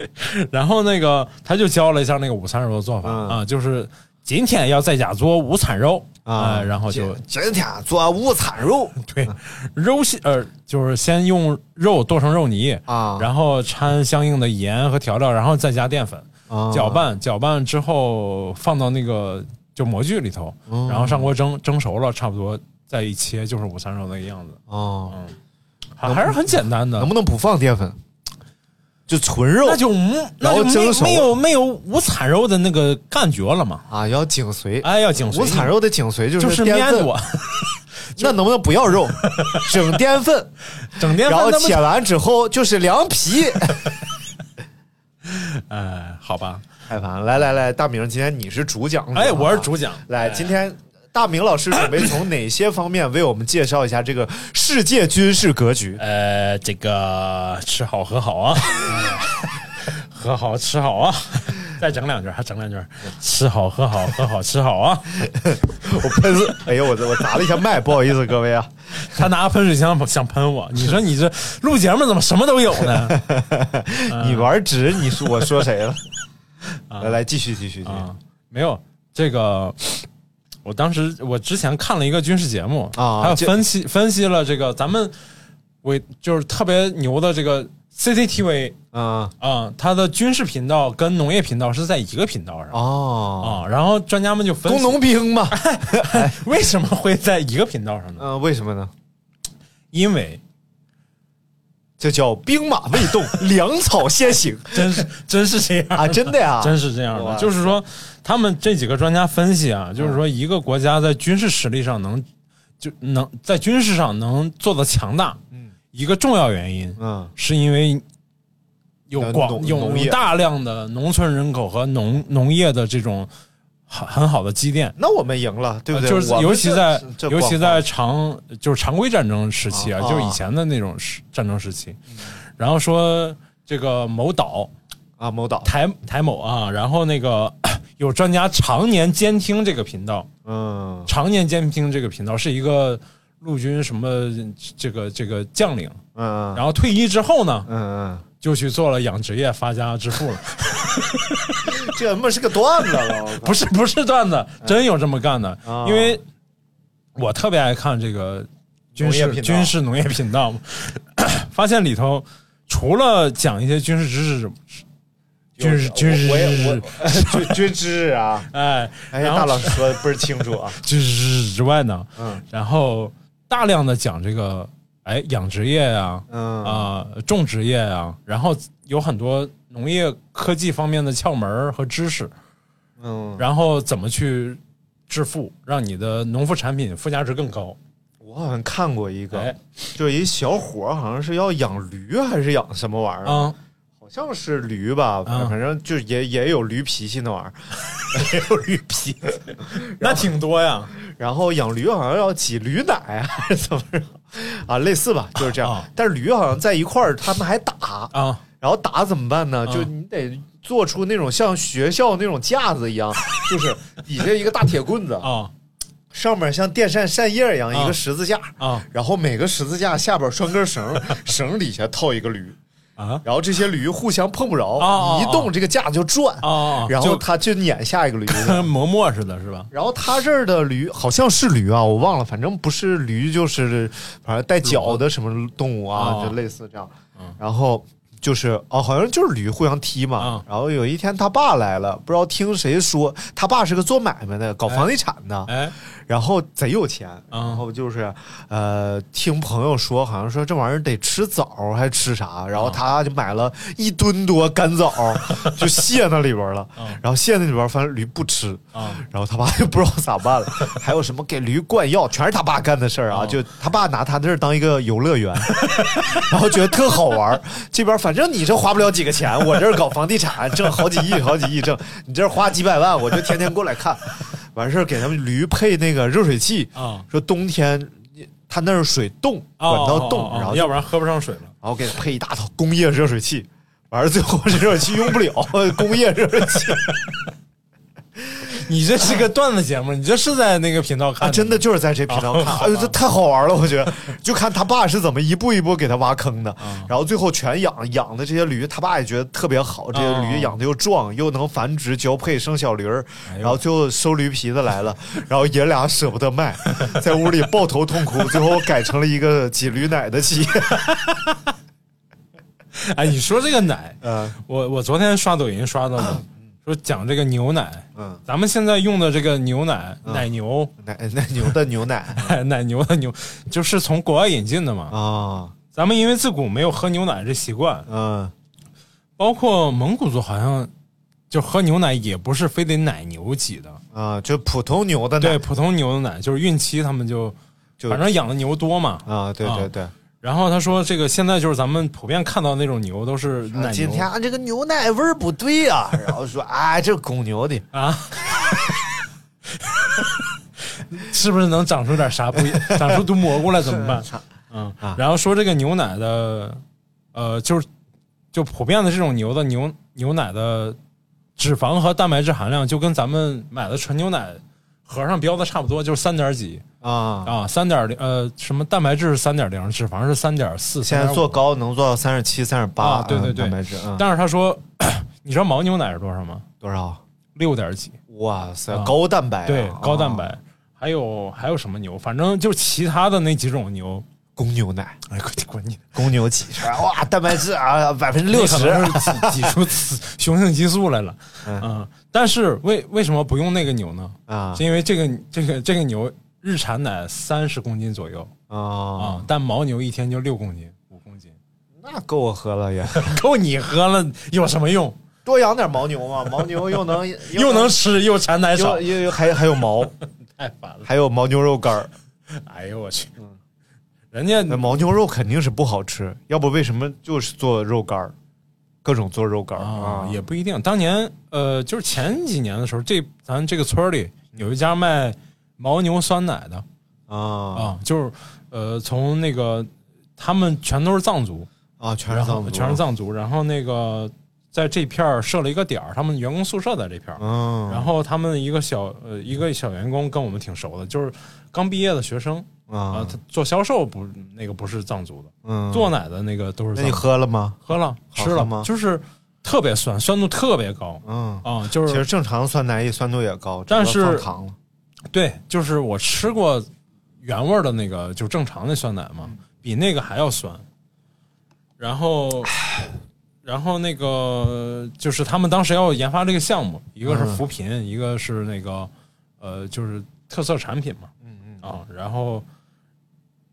[SPEAKER 6] 然后那个他就教了一下那个午餐肉的做法
[SPEAKER 5] 嗯
[SPEAKER 6] 啊，就是今天要在家做午餐肉啊，然后就
[SPEAKER 5] 今今天做午餐肉
[SPEAKER 6] [LAUGHS] 对肉馅呃，就是先用肉剁成肉泥
[SPEAKER 5] 啊
[SPEAKER 6] 然后掺相应的盐和调料，然后再加淀粉，
[SPEAKER 5] 啊
[SPEAKER 6] 搅拌搅拌之后放到那个就模具里头，
[SPEAKER 5] 嗯
[SPEAKER 6] 然后上锅蒸，蒸熟了差不多再一切就是午餐肉那个样子，
[SPEAKER 5] 哦，
[SPEAKER 6] 还还是很简单的
[SPEAKER 5] 能。不能不放淀粉？就纯肉
[SPEAKER 6] 那就嗯，那
[SPEAKER 5] 然后蒸
[SPEAKER 6] 就
[SPEAKER 5] 熟
[SPEAKER 6] 没没有没有午餐肉的那个感觉了嘛？
[SPEAKER 5] 啊，要紧随。
[SPEAKER 6] 哎，要紧随
[SPEAKER 5] 午餐肉的紧随就
[SPEAKER 6] 就是是
[SPEAKER 5] 淀
[SPEAKER 6] 面
[SPEAKER 5] 粉，
[SPEAKER 6] 多，
[SPEAKER 5] 那能不能不要
[SPEAKER 6] [LAUGHS]
[SPEAKER 5] 肉，整淀粉？
[SPEAKER 6] 整天
[SPEAKER 5] 然后
[SPEAKER 6] 饭那么
[SPEAKER 5] 切完之后就是凉皮。 [LAUGHS]
[SPEAKER 6] 哎，好吧，
[SPEAKER 5] 太烦了！来来来，大明，今天你是主讲者
[SPEAKER 6] 哎，
[SPEAKER 5] 好吧
[SPEAKER 6] 我是主讲，哎
[SPEAKER 5] 来，今天大明老师准备从哪些方面为我们介绍一下这个世界军事格
[SPEAKER 6] [LAUGHS]
[SPEAKER 5] 局？
[SPEAKER 6] 呃，这个吃好喝好啊， [LAUGHS] 喝好吃好啊，再整两句，还整两句，吃好喝好喝好吃好啊！
[SPEAKER 5] 我喷死！哎呦，我我砸了一下麦，不好意思各位啊。
[SPEAKER 6] 他拿喷水枪想喷我，你说你这录节目怎么什么都有呢？嗯
[SPEAKER 5] 你玩直，你说我说谁了？来来，继续继续继续。
[SPEAKER 6] [LAUGHS] 啊，没有这个。我当时我之前看了一个军事节目
[SPEAKER 5] 啊
[SPEAKER 6] 还有
[SPEAKER 5] 这
[SPEAKER 6] 分析分析了这个咱们我就是特别牛的这个 CCTV
[SPEAKER 5] 嗯，
[SPEAKER 6] 啊、它的军事频道跟农业频道是在一个频道上啊、
[SPEAKER 5] 哦，
[SPEAKER 6] 然后专家们就分
[SPEAKER 5] 工
[SPEAKER 6] 析
[SPEAKER 5] 农兵
[SPEAKER 6] [LAUGHS]
[SPEAKER 5] 嘛。
[SPEAKER 6] 为什么会在一个频道上呢？
[SPEAKER 5] 嗯，为什么呢？
[SPEAKER 6] [LAUGHS] 因为
[SPEAKER 5] 这叫兵马未
[SPEAKER 6] [LAUGHS]
[SPEAKER 5] 动，粮草先行
[SPEAKER 6] 真是真是这样
[SPEAKER 5] 啊！真的呀，
[SPEAKER 6] [LAUGHS] 真是这样
[SPEAKER 5] 哇
[SPEAKER 6] 的，就是说，他们这几个专家分析啊，就是说，一个国家在军事实力上能就能在军事上能做到强大，
[SPEAKER 5] 嗯
[SPEAKER 6] 一个重要原因
[SPEAKER 5] 嗯
[SPEAKER 6] 是因为有
[SPEAKER 5] 呃
[SPEAKER 6] 广
[SPEAKER 5] 农
[SPEAKER 6] 有
[SPEAKER 5] 农业
[SPEAKER 6] 大量的农村人口和农农业的这种很很好的积淀。
[SPEAKER 5] 那我们赢了，对不对？
[SPEAKER 6] 呃啊就是
[SPEAKER 5] 我们
[SPEAKER 6] 尤其
[SPEAKER 5] 这
[SPEAKER 6] 在
[SPEAKER 5] 这
[SPEAKER 6] 尤
[SPEAKER 5] 广
[SPEAKER 6] 其
[SPEAKER 5] 泛
[SPEAKER 6] 在常就是常规战争时期啊，
[SPEAKER 5] 啊嗯
[SPEAKER 6] 就是以前的那种时战争时期，然后说这个某岛
[SPEAKER 5] 啊某岛，
[SPEAKER 6] 台台某啊，然后那个有专家常年监听这个频道，
[SPEAKER 5] 嗯
[SPEAKER 6] 常年监听这个频道是一个陆军什么这个这个将领，
[SPEAKER 5] 嗯，
[SPEAKER 6] 然后退役之后呢，
[SPEAKER 5] 嗯
[SPEAKER 6] 就去做了养殖业发家致富了，
[SPEAKER 5] 嗯，这他妈是个段子了，我靠
[SPEAKER 6] [LAUGHS] 不是不是段子，真有这么干的，
[SPEAKER 5] 啊
[SPEAKER 6] 因为我特别爱看这个军
[SPEAKER 5] 农业
[SPEAKER 6] 事
[SPEAKER 5] 频道
[SPEAKER 6] 军事农业频道嘛， [COUGHS] 发现里头除了讲一些军事知识，军事
[SPEAKER 5] 有
[SPEAKER 6] 军事
[SPEAKER 5] 我我
[SPEAKER 6] 知
[SPEAKER 5] 也
[SPEAKER 6] 识，
[SPEAKER 5] 我军
[SPEAKER 6] [LAUGHS]
[SPEAKER 5] 军知啊，
[SPEAKER 6] 哎，
[SPEAKER 5] 哎，
[SPEAKER 6] [LAUGHS] 然后
[SPEAKER 5] 大老师说的倍儿清楚
[SPEAKER 6] [LAUGHS]
[SPEAKER 5] 啊，
[SPEAKER 6] 军事知识之外呢，
[SPEAKER 5] 嗯
[SPEAKER 6] 然后大量的讲这个哎养殖业呀、啊，
[SPEAKER 5] 嗯
[SPEAKER 6] 种植业呀、然后有很多农业科技方面的窍门儿和知识，
[SPEAKER 5] 嗯，
[SPEAKER 6] 然后怎么去致富，让你的农副产品附加值更高。
[SPEAKER 5] 我好像看过一个
[SPEAKER 6] 哎，，
[SPEAKER 5] 就是一小伙儿好像是要养驴还是养什么玩意儿，
[SPEAKER 6] 啊、
[SPEAKER 5] 好像是驴吧，
[SPEAKER 6] 嗯
[SPEAKER 5] 反正就是也也有驴脾气那玩意
[SPEAKER 6] [LAUGHS]
[SPEAKER 5] 儿，也有驴脾气，
[SPEAKER 6] 那挺多呀。
[SPEAKER 5] 然后养驴好像要挤驴奶还是怎么着啊，类似吧，就是这样
[SPEAKER 6] 啊。
[SPEAKER 5] 但是驴好像在一块儿，他们还打，
[SPEAKER 6] 啊，
[SPEAKER 5] 然后打怎么办呢？
[SPEAKER 6] 啊
[SPEAKER 5] 就你得做出那种像学校那种架子一样，就是底下一个大铁棍子，
[SPEAKER 6] 啊
[SPEAKER 5] 上面像电扇扇叶一样
[SPEAKER 6] 啊
[SPEAKER 5] 一个十字架，
[SPEAKER 6] 啊
[SPEAKER 5] 然后每个十字架下边拴根
[SPEAKER 6] [LAUGHS]
[SPEAKER 5] 绳，绳底下套一个驴，
[SPEAKER 6] 啊
[SPEAKER 5] 然后这些驴互相碰不
[SPEAKER 6] 啊啊
[SPEAKER 5] 着，你一动这个架就转，
[SPEAKER 6] 啊！
[SPEAKER 5] 然后
[SPEAKER 6] 就 [LAUGHS]
[SPEAKER 5] 它就撵下一个驴。
[SPEAKER 6] 跟磨墨似的，是吧？
[SPEAKER 5] 然后他这儿的驴好像是驴啊，我忘了，反正不是驴就是反正带脚的什么动物啊，
[SPEAKER 6] 哦
[SPEAKER 5] 就类似这样
[SPEAKER 6] 嗯。
[SPEAKER 5] 然后就是哦，好像就是驴互相踢嘛
[SPEAKER 6] 嗯。
[SPEAKER 5] 然后有一天他爸来了，不知道听谁说，他爸是个做买卖的，搞房地产的，
[SPEAKER 6] 哎，
[SPEAKER 5] 然后贼有钱。
[SPEAKER 6] 嗯
[SPEAKER 5] 然后就是呃，听朋友说，好像说这玩意儿得吃枣还吃啥，然后他就买了一吨多干枣，就卸那里边了
[SPEAKER 6] 嗯。
[SPEAKER 5] 然后卸那里边，反正驴不吃。
[SPEAKER 6] 啊
[SPEAKER 5] 然后他爸就不知道咋办了， [LAUGHS] 还有什么给驴灌药，全是他爸干的事儿啊！
[SPEAKER 6] 哦
[SPEAKER 5] 就他爸拿他那儿当一个游乐园， [LAUGHS] 然后觉得特好玩儿。这边反正你这花不了几个钱，我这儿搞房地产挣好几亿，好几亿挣，你这儿花几百万，我就天天过来看。完事儿给他们驴配那个热水器，
[SPEAKER 6] 啊！
[SPEAKER 5] 说冬天他那儿水冻，
[SPEAKER 6] 哦
[SPEAKER 5] 管道冻，然后就
[SPEAKER 6] 要不然喝不上水了。
[SPEAKER 5] 然后给他配一大套工业热水器，完事儿最后这热水器用不了， [LAUGHS] 工业热水器。
[SPEAKER 6] 你
[SPEAKER 5] [LAUGHS]
[SPEAKER 6] 这是个段子节目，你这是在那个频道
[SPEAKER 5] 啊，
[SPEAKER 6] 看？
[SPEAKER 5] 真的就是在这频
[SPEAKER 6] 哦
[SPEAKER 5] 道看，哎呦，这太好玩了，我觉得，就看他爸是怎么一步一步给他挖坑的，
[SPEAKER 6] 嗯
[SPEAKER 5] 然后最后全养养的这些驴，他爸也觉得特别好，这些
[SPEAKER 6] 哦
[SPEAKER 5] 驴养的又壮，又能繁殖交配生小驴儿，
[SPEAKER 6] 哎呦
[SPEAKER 5] 然后最后收驴皮的来了，然后爷俩舍不得卖，在屋里抱头痛哭，最后改成了一个挤驴奶的企业，
[SPEAKER 6] 哎，你说这个奶，
[SPEAKER 5] 嗯
[SPEAKER 6] 我我昨天刷抖音刷到
[SPEAKER 5] 啊
[SPEAKER 6] 的， [CLEARS THROAT] 说讲这个牛奶，
[SPEAKER 5] [LAUGHS] 嗯，
[SPEAKER 6] 咱们现在用的这个牛奶，
[SPEAKER 5] 啊
[SPEAKER 6] 奶牛， [LAUGHS]
[SPEAKER 5] 奶奶牛的牛奶
[SPEAKER 6] 奶牛的牛，就是从国外引进的嘛。
[SPEAKER 5] 啊，
[SPEAKER 6] 咱们因为自古没有喝牛奶这习惯，
[SPEAKER 5] 嗯
[SPEAKER 6] 包括蒙古族好像就喝牛奶也不是非得奶牛挤的，
[SPEAKER 5] 啊，就普通牛的
[SPEAKER 6] 对，
[SPEAKER 5] 奶，
[SPEAKER 6] 普通牛的奶就是孕期他们就
[SPEAKER 5] 就
[SPEAKER 6] 反正养的牛多嘛。
[SPEAKER 5] 啊，对对
[SPEAKER 6] 啊
[SPEAKER 5] 对。
[SPEAKER 6] 然后他说这个现在就是咱们普遍看到那种牛都是奶牛。
[SPEAKER 5] 今天啊这个牛奶味儿不对
[SPEAKER 6] [LAUGHS]
[SPEAKER 5] 呀、然后说啊，这公牛的，
[SPEAKER 6] 啊。是不是能长出点啥不一？长出毒蘑菇来怎么办？嗯
[SPEAKER 5] 啊，
[SPEAKER 6] 然后说这个牛奶的，呃，就是就普遍的这种牛的牛牛奶的脂肪和蛋白质含量，就跟咱们买的纯牛奶盒上标的差不多，就是三点几
[SPEAKER 5] 啊，
[SPEAKER 6] 啊，三点零呃，什么蛋白质是三点零，脂肪是三点四，
[SPEAKER 5] 现在做
[SPEAKER 6] 3.5。
[SPEAKER 5] 高能做到三十七、三十八
[SPEAKER 6] 啊，对对
[SPEAKER 5] 嗯
[SPEAKER 6] 对
[SPEAKER 5] 蛋白质，嗯，
[SPEAKER 6] 但是他说， [CLEARS THROAT] 你知道牦牛奶是多少吗？
[SPEAKER 5] 多少？
[SPEAKER 6] 六点几。
[SPEAKER 5] 哇塞，
[SPEAKER 6] 啊
[SPEAKER 5] 高蛋白啊、
[SPEAKER 6] 对，高蛋白，
[SPEAKER 5] 啊，
[SPEAKER 6] 还有还有什么牛？反正就其他的那几种牛，
[SPEAKER 5] 公牛奶，
[SPEAKER 6] 哎，滚滚你！
[SPEAKER 5] 公牛挤出来，哇，蛋白质啊，百分之六十，
[SPEAKER 6] 那可能是挤挤 [LAUGHS] 出雌雄性激素来了。
[SPEAKER 5] 嗯
[SPEAKER 6] 嗯，但是为为什么不用那个牛呢？
[SPEAKER 5] 啊
[SPEAKER 6] 是因为这个这个这个牛日产奶三十公斤左右啊、
[SPEAKER 5] 啊，
[SPEAKER 6] 但牦牛一天就六公斤、五公斤， [LAUGHS]
[SPEAKER 5] 那够我喝了也，
[SPEAKER 6] 够你喝了有什么用？
[SPEAKER 5] 多养点牦牛嘛，牦牛又能
[SPEAKER 6] [LAUGHS] 又能吃又产奶少
[SPEAKER 5] 又，又又还还有毛，
[SPEAKER 6] 太烦了！
[SPEAKER 5] 还有牦牛肉干儿，
[SPEAKER 6] 哎呦我去，
[SPEAKER 5] 嗯
[SPEAKER 6] 人家
[SPEAKER 5] 那牦牛肉肯定是不好吃，要不为什么就是做肉干儿？各种做肉干儿
[SPEAKER 6] 啊，也不一定。当年呃，就是前几年的时候，这咱这个村儿里有一家卖牦牛酸奶的
[SPEAKER 5] 啊
[SPEAKER 6] 啊，就是呃，从那个他们全都是藏族，
[SPEAKER 5] 啊，全
[SPEAKER 6] 然
[SPEAKER 5] 是
[SPEAKER 6] 后
[SPEAKER 5] 藏族，
[SPEAKER 6] 全是，藏族，然后那个在这片儿设了一个点儿，他们员工宿舍在这片儿。
[SPEAKER 5] 嗯，
[SPEAKER 6] 然后他们一个小呃一个小员工跟我们挺熟的，就是刚毕业的学生啊、
[SPEAKER 5] 啊
[SPEAKER 6] 他，做销售不那个不是藏族的，
[SPEAKER 5] 嗯，
[SPEAKER 6] 做奶的那个都是
[SPEAKER 5] 那
[SPEAKER 6] 藏
[SPEAKER 5] 你
[SPEAKER 6] 族
[SPEAKER 5] 喝了吗？
[SPEAKER 6] 喝了
[SPEAKER 5] 好
[SPEAKER 6] 吃
[SPEAKER 5] 喝
[SPEAKER 6] 了
[SPEAKER 5] 吗
[SPEAKER 6] 就是特别酸，酸度特别高
[SPEAKER 5] 嗯，
[SPEAKER 6] 啊、就
[SPEAKER 5] 其实
[SPEAKER 6] 是
[SPEAKER 5] 正常酸奶也酸度也高，
[SPEAKER 6] 但
[SPEAKER 5] 只不过
[SPEAKER 6] 是
[SPEAKER 5] 放糖了， [LAUGHS]
[SPEAKER 6] 对，就是我吃过原味儿的那个，就正常的酸奶嘛，比那个还要酸。然后，然后那个就是他们当时要研发这个项目，一个是
[SPEAKER 5] 嗯
[SPEAKER 6] 扶贫，一个是那个呃，就是特色产品嘛。
[SPEAKER 5] 嗯嗯
[SPEAKER 6] 啊，然后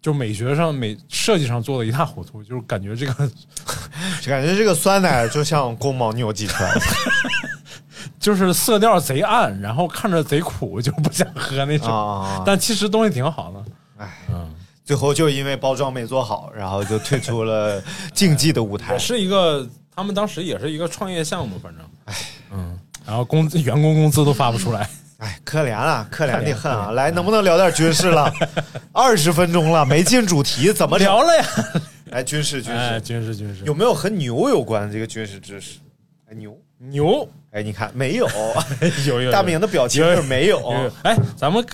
[SPEAKER 6] 就美学上、美设计上做的一塌糊涂，就是感觉这个
[SPEAKER 5] 就感觉这个酸奶就像公牦牛挤出来的，
[SPEAKER 6] 就是色调贼暗，然后看着贼苦，就不想喝那种。
[SPEAKER 5] 啊，
[SPEAKER 6] 但其实东西挺好的，
[SPEAKER 5] [LAUGHS] 最后就因为包装没做好，然后就退出了竞技的舞台
[SPEAKER 6] 也。是一个他们当时也是一个创业项目，反正，哎，嗯，然后工资员工工资都发不出
[SPEAKER 5] [LAUGHS]
[SPEAKER 6] 来，
[SPEAKER 5] 哎，可怜啊，可怜的很
[SPEAKER 6] 可嗯
[SPEAKER 5] 啊！来，能不能聊点军事了？二十分钟了，没进主题，怎么整？
[SPEAKER 6] 了呀？
[SPEAKER 5] 来，军事，军
[SPEAKER 6] [LAUGHS] 哎，
[SPEAKER 5] 事，
[SPEAKER 6] 军事军事
[SPEAKER 5] 有没有和牛有关的这个军事知识？哎，牛，
[SPEAKER 6] 牛
[SPEAKER 5] 哎，你看没有？
[SPEAKER 6] [LAUGHS] 有有
[SPEAKER 5] 大明的表情就是没有
[SPEAKER 6] 有有哎，咱们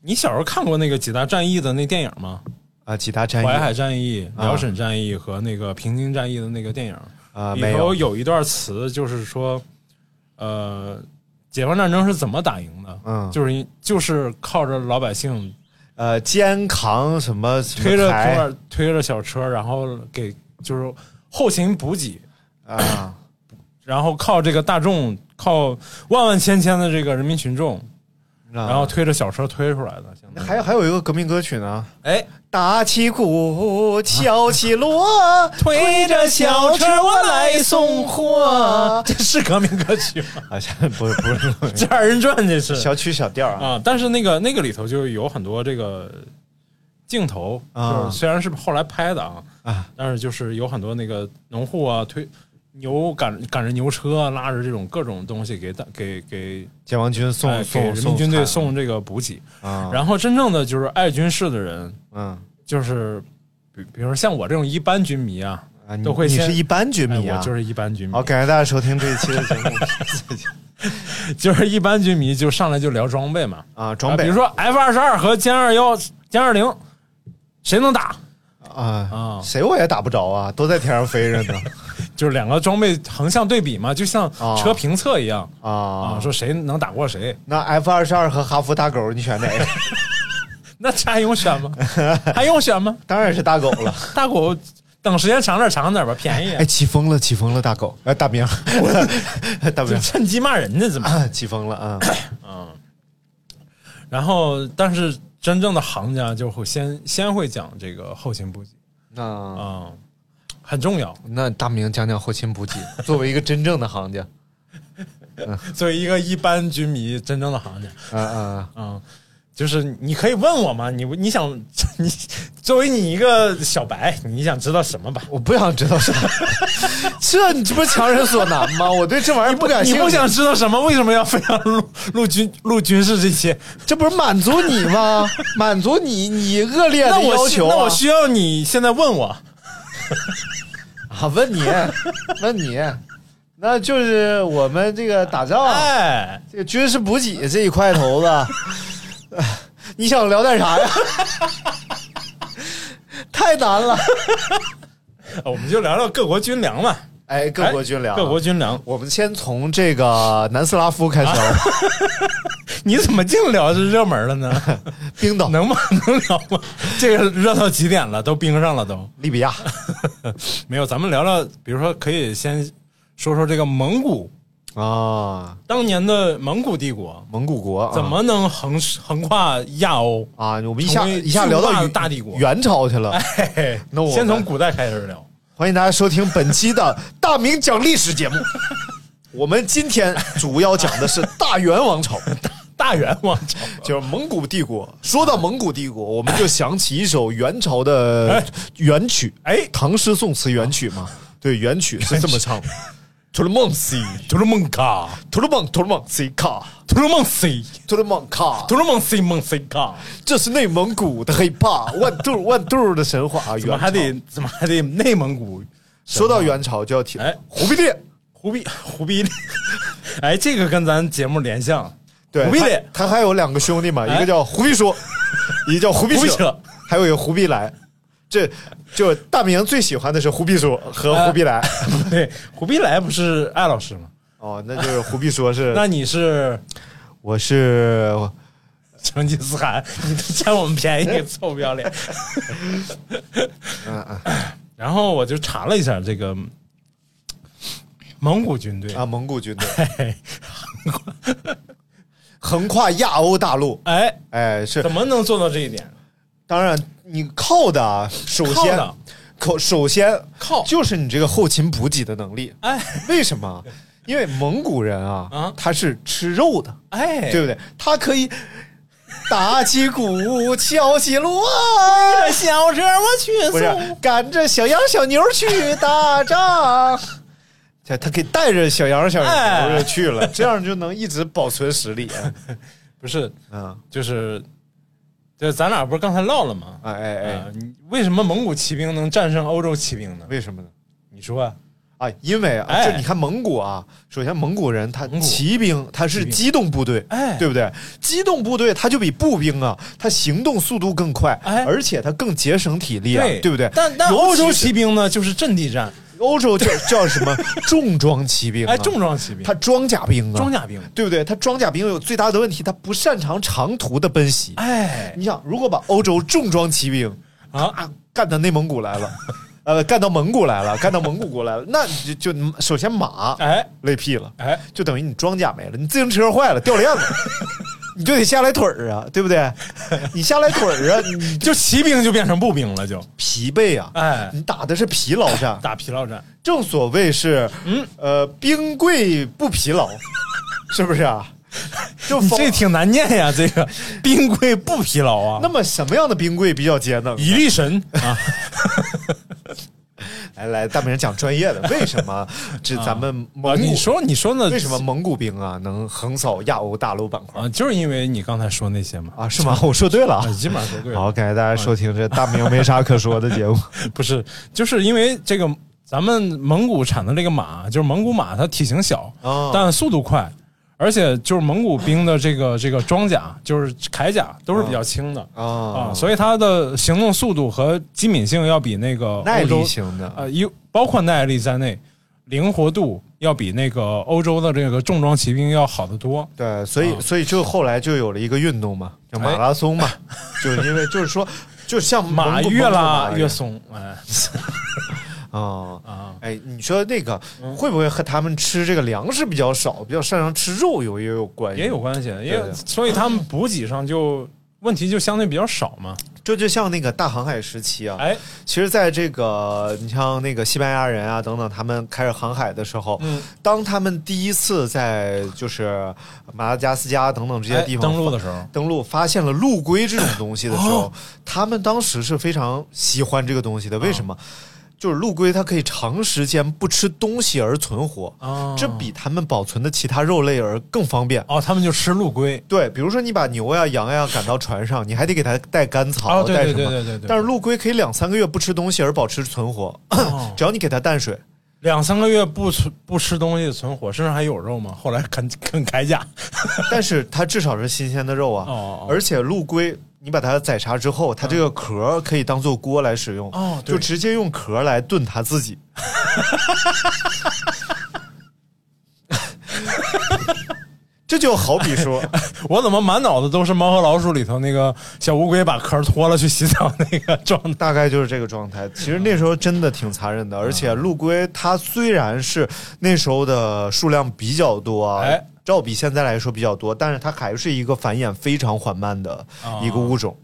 [SPEAKER 6] 你小时候看过那个几大战役的那电影吗？
[SPEAKER 5] 啊，其他战役
[SPEAKER 6] 淮海战役、
[SPEAKER 5] 啊
[SPEAKER 6] 辽沈战役和那个平津战役的那个电影
[SPEAKER 5] 啊，
[SPEAKER 6] 里
[SPEAKER 5] 没
[SPEAKER 6] 头
[SPEAKER 5] 有
[SPEAKER 6] 有一段词，就是说，呃，解放战争是怎么打赢的？
[SPEAKER 5] 嗯
[SPEAKER 6] 就是因就是靠着老百姓
[SPEAKER 5] 呃，肩扛什么什么
[SPEAKER 6] 推着
[SPEAKER 5] 台
[SPEAKER 6] 拖着推着小车，然后给就是后勤补给，
[SPEAKER 5] 啊，
[SPEAKER 6] 然后靠这个大众，靠万万千千的这个人民群众，
[SPEAKER 5] 然
[SPEAKER 6] 然后推着小车推出来的。相当于
[SPEAKER 5] 还有还有一个革命歌曲呢，
[SPEAKER 6] 哎，
[SPEAKER 5] 打起鼓，敲起锣，
[SPEAKER 6] 推着小车我来送
[SPEAKER 5] 货。
[SPEAKER 6] [LAUGHS] 这是革命歌曲吗？
[SPEAKER 5] 啊，不是不是不
[SPEAKER 6] 这
[SPEAKER 5] 是，
[SPEAKER 6] 二人转这是
[SPEAKER 5] 小曲小调啊，
[SPEAKER 6] 啊，但是那个那个里头就有很多这个镜头，
[SPEAKER 5] 啊
[SPEAKER 6] 就是虽然是后来拍的啊，
[SPEAKER 5] 啊
[SPEAKER 6] 但是就是有很多那个农户啊推牛赶赶着牛车啊，拉着这种各种东西给大给给
[SPEAKER 5] 解放军
[SPEAKER 6] 哎
[SPEAKER 5] 送
[SPEAKER 6] 给
[SPEAKER 5] 送
[SPEAKER 6] 人民军队
[SPEAKER 5] 送
[SPEAKER 6] 送这个补给。
[SPEAKER 5] 餐啊，
[SPEAKER 6] 然后真正的就是爱军事的人，
[SPEAKER 5] 嗯
[SPEAKER 6] 就是比比如说像我这种一般军迷啊，
[SPEAKER 5] 啊，你
[SPEAKER 6] 都会
[SPEAKER 5] 你
[SPEAKER 6] 先
[SPEAKER 5] 是一般军迷
[SPEAKER 6] 哎
[SPEAKER 5] 啊
[SPEAKER 6] 我，就是一般军迷，
[SPEAKER 5] 好，感谢大家收听这一期的节
[SPEAKER 6] [LAUGHS]
[SPEAKER 5] 目
[SPEAKER 6] 就是一般军迷就上来就聊装备嘛，
[SPEAKER 5] 啊，装
[SPEAKER 6] 啊
[SPEAKER 5] 备
[SPEAKER 6] 比如说 F 二十二和歼二幺、歼二零，谁能打？
[SPEAKER 5] 啊
[SPEAKER 6] 啊，
[SPEAKER 5] 谁我也打不着啊，都在天上飞着
[SPEAKER 6] [LAUGHS]
[SPEAKER 5] 呢
[SPEAKER 6] 就是两个装备横向对比嘛，就像
[SPEAKER 5] 啊
[SPEAKER 6] 车评测一样
[SPEAKER 5] 啊
[SPEAKER 6] 啊，。说谁能打过谁， [LAUGHS]
[SPEAKER 5] 那 F 二十二和哈弗大狗，你选哪个？
[SPEAKER 6] 那这还用选吗？ [LAUGHS] 还用选吗？
[SPEAKER 5] 当然是大狗了。
[SPEAKER 6] 大狗等时间长点儿长点儿吧，便宜啊
[SPEAKER 5] 哎，，起风了，起风了，大狗，哎，大明， [LAUGHS] 大
[SPEAKER 6] 就
[SPEAKER 5] 明
[SPEAKER 6] 趁机骂人呢，怎么？
[SPEAKER 5] 啊，起风了
[SPEAKER 6] [COUGHS]
[SPEAKER 5] 啊。
[SPEAKER 6] 然后，但是真正的行家就会先先会讲这个后勤补给
[SPEAKER 5] 那
[SPEAKER 6] 啊、很重要。
[SPEAKER 5] 那大明讲讲后勤补给，作为一个真正的行家，
[SPEAKER 6] 作为一个一般军迷，真正的行家
[SPEAKER 5] 啊啊，
[SPEAKER 6] 啊、就是你可以问我嘛，你你想 [LAUGHS] 你作为你一个小白，你想知道什么吧？
[SPEAKER 5] 我不想知道
[SPEAKER 6] [LAUGHS]
[SPEAKER 5] 啥，这你这不是强人所难吗？我对这玩意儿不感
[SPEAKER 6] 你
[SPEAKER 5] 兴趣，
[SPEAKER 6] 不想知道什么？为什么要非要录录军录军事这些？
[SPEAKER 5] 这不是满足你
[SPEAKER 6] [LAUGHS]
[SPEAKER 5] 吗？满足你你恶劣
[SPEAKER 6] 那
[SPEAKER 5] 的要
[SPEAKER 6] 我需
[SPEAKER 5] 求、啊
[SPEAKER 6] 那我需要你现在问我，
[SPEAKER 5] 啊，问你，问你，那就是我们这个打仗，啊
[SPEAKER 6] 哎，
[SPEAKER 5] 这个军事补给这一块头子，啊你想聊点啥呀？太难了，
[SPEAKER 6] 我们就聊聊各国军粮嘛，
[SPEAKER 5] 哎，各国军粮，
[SPEAKER 6] 哎各国军粮。
[SPEAKER 5] 我们先从这个南斯拉夫开始
[SPEAKER 6] 啊
[SPEAKER 5] 聊，
[SPEAKER 6] [LAUGHS] 你怎么净聊这热门了
[SPEAKER 5] [LAUGHS]
[SPEAKER 6] 呢？
[SPEAKER 5] 冰岛、
[SPEAKER 6] 能吗？ [LAUGHS] 能聊吗？这个热到极点了，都冰上了都。 [LAUGHS]
[SPEAKER 5] 利比亚、
[SPEAKER 6] 没有，咱们聊聊，比如说可以先说说这个蒙古
[SPEAKER 5] 啊，
[SPEAKER 6] 当年的蒙古帝国
[SPEAKER 5] 蒙古国，啊
[SPEAKER 6] 怎么能横横跨亚欧？
[SPEAKER 5] 啊？我们一下
[SPEAKER 6] 成为
[SPEAKER 5] 一下
[SPEAKER 6] 巨
[SPEAKER 5] 聊
[SPEAKER 6] 大
[SPEAKER 5] 到
[SPEAKER 6] 的
[SPEAKER 5] 元
[SPEAKER 6] 大帝国
[SPEAKER 5] 元朝去了。
[SPEAKER 6] 嘿嘿
[SPEAKER 5] 那我
[SPEAKER 6] 先从古代开始聊。
[SPEAKER 5] 欢迎大家收听本期的《大明讲历史》节目。我们今天主要讲的是大元王朝，
[SPEAKER 6] [LAUGHS] 大元王朝，
[SPEAKER 5] [LAUGHS] 就是蒙古帝国。说到蒙古帝国，我们就想起一首元朝的元曲，
[SPEAKER 6] 哎啊
[SPEAKER 5] 唐诗宋词元曲嘛，对，原曲是这么唱的：To
[SPEAKER 6] [LAUGHS]
[SPEAKER 5] the moon see，
[SPEAKER 6] 图鲁蒙卡，
[SPEAKER 5] to the moon，to the moon see 卡
[SPEAKER 6] 图鲁蒙 C，
[SPEAKER 5] ，to the moon 卡，
[SPEAKER 6] 图鲁蒙 C 蒙 C 卡，
[SPEAKER 5] 这是内蒙古的 hiphop，万度万度的神话。啊
[SPEAKER 6] 怎么还
[SPEAKER 5] 元
[SPEAKER 6] 得怎么还得内蒙古？
[SPEAKER 5] 朝说到元朝就要提
[SPEAKER 6] 哎
[SPEAKER 5] 忽必烈，
[SPEAKER 6] 忽 [LAUGHS] 必忽必烈，哎，这个跟咱节目连像，
[SPEAKER 5] 对，
[SPEAKER 6] 忽必烈
[SPEAKER 5] 他他还有两个兄弟嘛，
[SPEAKER 6] 哎
[SPEAKER 5] 一个叫忽必
[SPEAKER 6] [LAUGHS]
[SPEAKER 5] 说，一个叫忽必
[SPEAKER 6] 忽必
[SPEAKER 5] 扯
[SPEAKER 6] 扯，
[SPEAKER 5] 还有一个忽必来。这就大明最喜欢的是忽必说和
[SPEAKER 6] 哎
[SPEAKER 5] 忽必来。
[SPEAKER 6] [LAUGHS] 对，忽必来不是艾老师吗？
[SPEAKER 5] [LAUGHS] 哦，那就是忽必说是，
[SPEAKER 6] [LAUGHS] 那你是
[SPEAKER 5] 我是
[SPEAKER 6] 成吉思汗， [LAUGHS] 你都占我们便宜，臭不要 [LAUGHS] 脸。嗯 [LAUGHS] 然后我就查了一下这个蒙古军队， [LAUGHS] 哎
[SPEAKER 5] 啊蒙古军队，横跨亚欧大陆。
[SPEAKER 6] 哎，
[SPEAKER 5] 哎，是
[SPEAKER 6] 怎么能做到这一点？
[SPEAKER 5] 当然，你靠的啊，首
[SPEAKER 6] 靠
[SPEAKER 5] 先
[SPEAKER 6] 的
[SPEAKER 5] 靠首先
[SPEAKER 6] 靠
[SPEAKER 5] 就是你这个后勤补给的能力。
[SPEAKER 6] 哎
[SPEAKER 5] 为什么？因为蒙古人啊，
[SPEAKER 6] 啊
[SPEAKER 5] 他是吃肉的，
[SPEAKER 6] 哎，
[SPEAKER 5] 对不对？他可以打起鼓， [LAUGHS] 敲起锣，
[SPEAKER 6] 小车我
[SPEAKER 5] [LAUGHS]
[SPEAKER 6] 去
[SPEAKER 5] 不是赶着小羊小牛去打仗。他他可以带着小羊小牛
[SPEAKER 6] 哎
[SPEAKER 5] 就去了， [LAUGHS] 这样就能一直保存实力。 [LAUGHS]
[SPEAKER 6] 不是，
[SPEAKER 5] 嗯，
[SPEAKER 6] 就是，就是咱俩不是刚才唠了吗？
[SPEAKER 5] 哎哎
[SPEAKER 6] 啊
[SPEAKER 5] 哎，
[SPEAKER 6] 你为什么蒙古骑兵能战胜欧洲骑兵呢？
[SPEAKER 5] 为什么呢？
[SPEAKER 6] 你说啊，
[SPEAKER 5] 啊，因为啊，
[SPEAKER 6] 哎
[SPEAKER 5] 就你看蒙古啊，首先蒙古人他
[SPEAKER 6] 蒙古
[SPEAKER 5] 嗯骑兵他是
[SPEAKER 6] 兵
[SPEAKER 5] 机动部队，
[SPEAKER 6] 哎
[SPEAKER 5] 对不对？机动部队他就比步兵啊，他行动速度更快，
[SPEAKER 6] 哎
[SPEAKER 5] 而且他更节省体力啊，对不对？
[SPEAKER 6] 但但
[SPEAKER 5] 尤
[SPEAKER 6] 欧洲
[SPEAKER 5] 其是
[SPEAKER 6] 骑兵呢，就是阵地战，
[SPEAKER 5] 欧洲叫叫什么 [LAUGHS] 重装骑兵、啊？
[SPEAKER 6] 哎，重装骑兵，
[SPEAKER 5] 他装甲兵啊，
[SPEAKER 6] 装甲兵，
[SPEAKER 5] 对不对？他装甲兵有最大的问题，他不擅长长途的奔袭。
[SPEAKER 6] 哎
[SPEAKER 5] 你想，如果把欧洲重装骑兵
[SPEAKER 6] 啊，
[SPEAKER 5] 啊干到内蒙古来了， [LAUGHS] 呃，干到蒙古来了，干到蒙古国来了，那你就就首先马
[SPEAKER 6] 哎
[SPEAKER 5] 累屁了，
[SPEAKER 6] 哎，
[SPEAKER 5] 就等于你装甲没了，你自行车坏了掉
[SPEAKER 6] [LAUGHS]
[SPEAKER 5] 链子，你就得下来腿儿啊，对不对？你下来腿儿啊，你
[SPEAKER 6] 就骑兵就变成步兵了，就
[SPEAKER 5] 疲惫啊，
[SPEAKER 6] 哎
[SPEAKER 5] 你打的是疲劳
[SPEAKER 6] [LAUGHS]
[SPEAKER 5] 战，
[SPEAKER 6] 打疲劳战，
[SPEAKER 5] 正所谓是，
[SPEAKER 6] 嗯
[SPEAKER 5] 呃，兵贵不疲劳，是不是啊？就
[SPEAKER 6] 你
[SPEAKER 5] 否
[SPEAKER 6] 这挺难念呀，这
[SPEAKER 5] [LAUGHS]
[SPEAKER 6] 个兵贵不疲劳啊，
[SPEAKER 5] 那么什么样的冰柜比较节能？
[SPEAKER 6] 以力神啊，
[SPEAKER 5] 来哎来，大明讲专业的，为什
[SPEAKER 6] [LAUGHS]
[SPEAKER 5] 么这咱们蒙
[SPEAKER 6] 啊
[SPEAKER 5] 古、
[SPEAKER 6] 你说你说呢？
[SPEAKER 5] 为什么蒙古兵啊能横扫亚欧大陆板块
[SPEAKER 6] 啊？就是因为你刚才说那些嘛，
[SPEAKER 5] 啊？是吗？我说对了啊
[SPEAKER 6] 啊，。基本上说对了。
[SPEAKER 5] 好，感谢大家收听这大明没啥可说的
[SPEAKER 6] [LAUGHS]
[SPEAKER 5] 节目。
[SPEAKER 6] 不是，就是因为这个咱们蒙古产的这个马，就是蒙古马，它体型小，
[SPEAKER 5] 哦
[SPEAKER 6] 但速度快，而且就是蒙古兵的这个这个装甲，就是铠甲都是比较轻的。
[SPEAKER 5] 哦
[SPEAKER 6] 啊，所以它的行动速度和机敏性要比那个
[SPEAKER 5] 耐
[SPEAKER 6] 欧洲
[SPEAKER 5] 力型的
[SPEAKER 6] 呃，有包括耐力在内，灵活度要比那个欧洲的这个重装骑兵要好得多。
[SPEAKER 5] 对，所以
[SPEAKER 6] 啊哎
[SPEAKER 5] 所以就后来就有了一个运动嘛，叫马拉松
[SPEAKER 6] [LAUGHS]
[SPEAKER 5] 嘛，就是因为就是说，就像
[SPEAKER 6] 马
[SPEAKER 5] 蒙古
[SPEAKER 6] 越拉
[SPEAKER 5] 蒙古马
[SPEAKER 6] 越松，哎， [LAUGHS]
[SPEAKER 5] 啊
[SPEAKER 6] 啊
[SPEAKER 5] 哎，你说那个
[SPEAKER 6] 嗯
[SPEAKER 5] 会不会和他们吃这个粮食比较少，比较擅长吃肉有也有关系？
[SPEAKER 6] 也有关系，因
[SPEAKER 5] 对
[SPEAKER 6] 为
[SPEAKER 5] 对
[SPEAKER 6] 所以他们补给上就问题就相对比较少嘛。
[SPEAKER 5] 这就像那个大航海时期啊，
[SPEAKER 6] 哎，
[SPEAKER 5] 其实在这个你像那个西班牙人啊等等，他们开始航海的时候，
[SPEAKER 6] 嗯
[SPEAKER 5] 当他们第一次在就是马达加斯加等等这些地方、
[SPEAKER 6] 哎登陆的时候，哦
[SPEAKER 5] 登陆发现了陆龟这种东西的时候，他们当时是非常喜欢这个东西的。为什么？就是陆龟它可以长时间不吃东西而存活，
[SPEAKER 6] 哦
[SPEAKER 5] 这比他们保存的其他肉类而更方便。
[SPEAKER 6] 哦，他们就吃陆龟，
[SPEAKER 5] 对，比如说你把牛呀、羊呀赶到船上，你还得给它带干草，
[SPEAKER 6] 哦对
[SPEAKER 5] 带什么？
[SPEAKER 6] 对对对对对
[SPEAKER 5] 但是陆龟可以两三个月不吃东西而保持存活， [COUGHS]
[SPEAKER 6] 哦
[SPEAKER 5] 只要你给它淡水。
[SPEAKER 6] 两三个月不存不吃东西存活，身上还有肉吗？后来啃啃铠甲，
[SPEAKER 5] 但是它至少是新鲜的肉啊，
[SPEAKER 6] 哦哦哦
[SPEAKER 5] 而且陆龟。你把它宰杀之后，它这个壳儿可以当做锅来使用，
[SPEAKER 6] 哦对
[SPEAKER 5] 就直接用壳儿来炖它自
[SPEAKER 6] [LAUGHS]
[SPEAKER 5] 己。这就好比说，
[SPEAKER 6] 我怎么满脑子都是《猫和老鼠》里头那个小乌龟把壳脱了去洗澡那个状态？
[SPEAKER 5] 大概就是这个状态。其实那时候真的挺残忍的，而且陆龟它虽然是那时候的数量比较多啊，
[SPEAKER 6] 哎
[SPEAKER 5] 照比现在来说比较多，但是它还是一个繁衍非常缓慢的一个物种。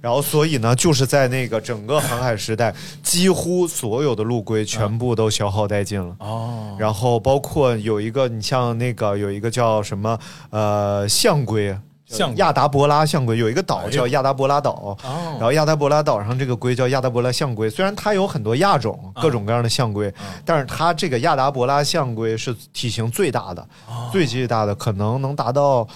[SPEAKER 5] 然后，所以呢，就是在那个整个航海时代，几乎所有的陆龟全部都消耗殆尽了。
[SPEAKER 6] [LAUGHS] 哦，
[SPEAKER 5] 然后包括有一个，你像那个有一个叫什么呃象龟，
[SPEAKER 6] 象
[SPEAKER 5] 亚达伯拉象龟有一个岛叫亚达伯拉岛，
[SPEAKER 6] 哦
[SPEAKER 5] 然后亚达伯拉岛上这个龟叫亚达伯拉象龟，虽然它有很多亚种，各种各样的象龟，但是它这个亚达伯拉象龟是体型最大的，最巨大的，可能能达到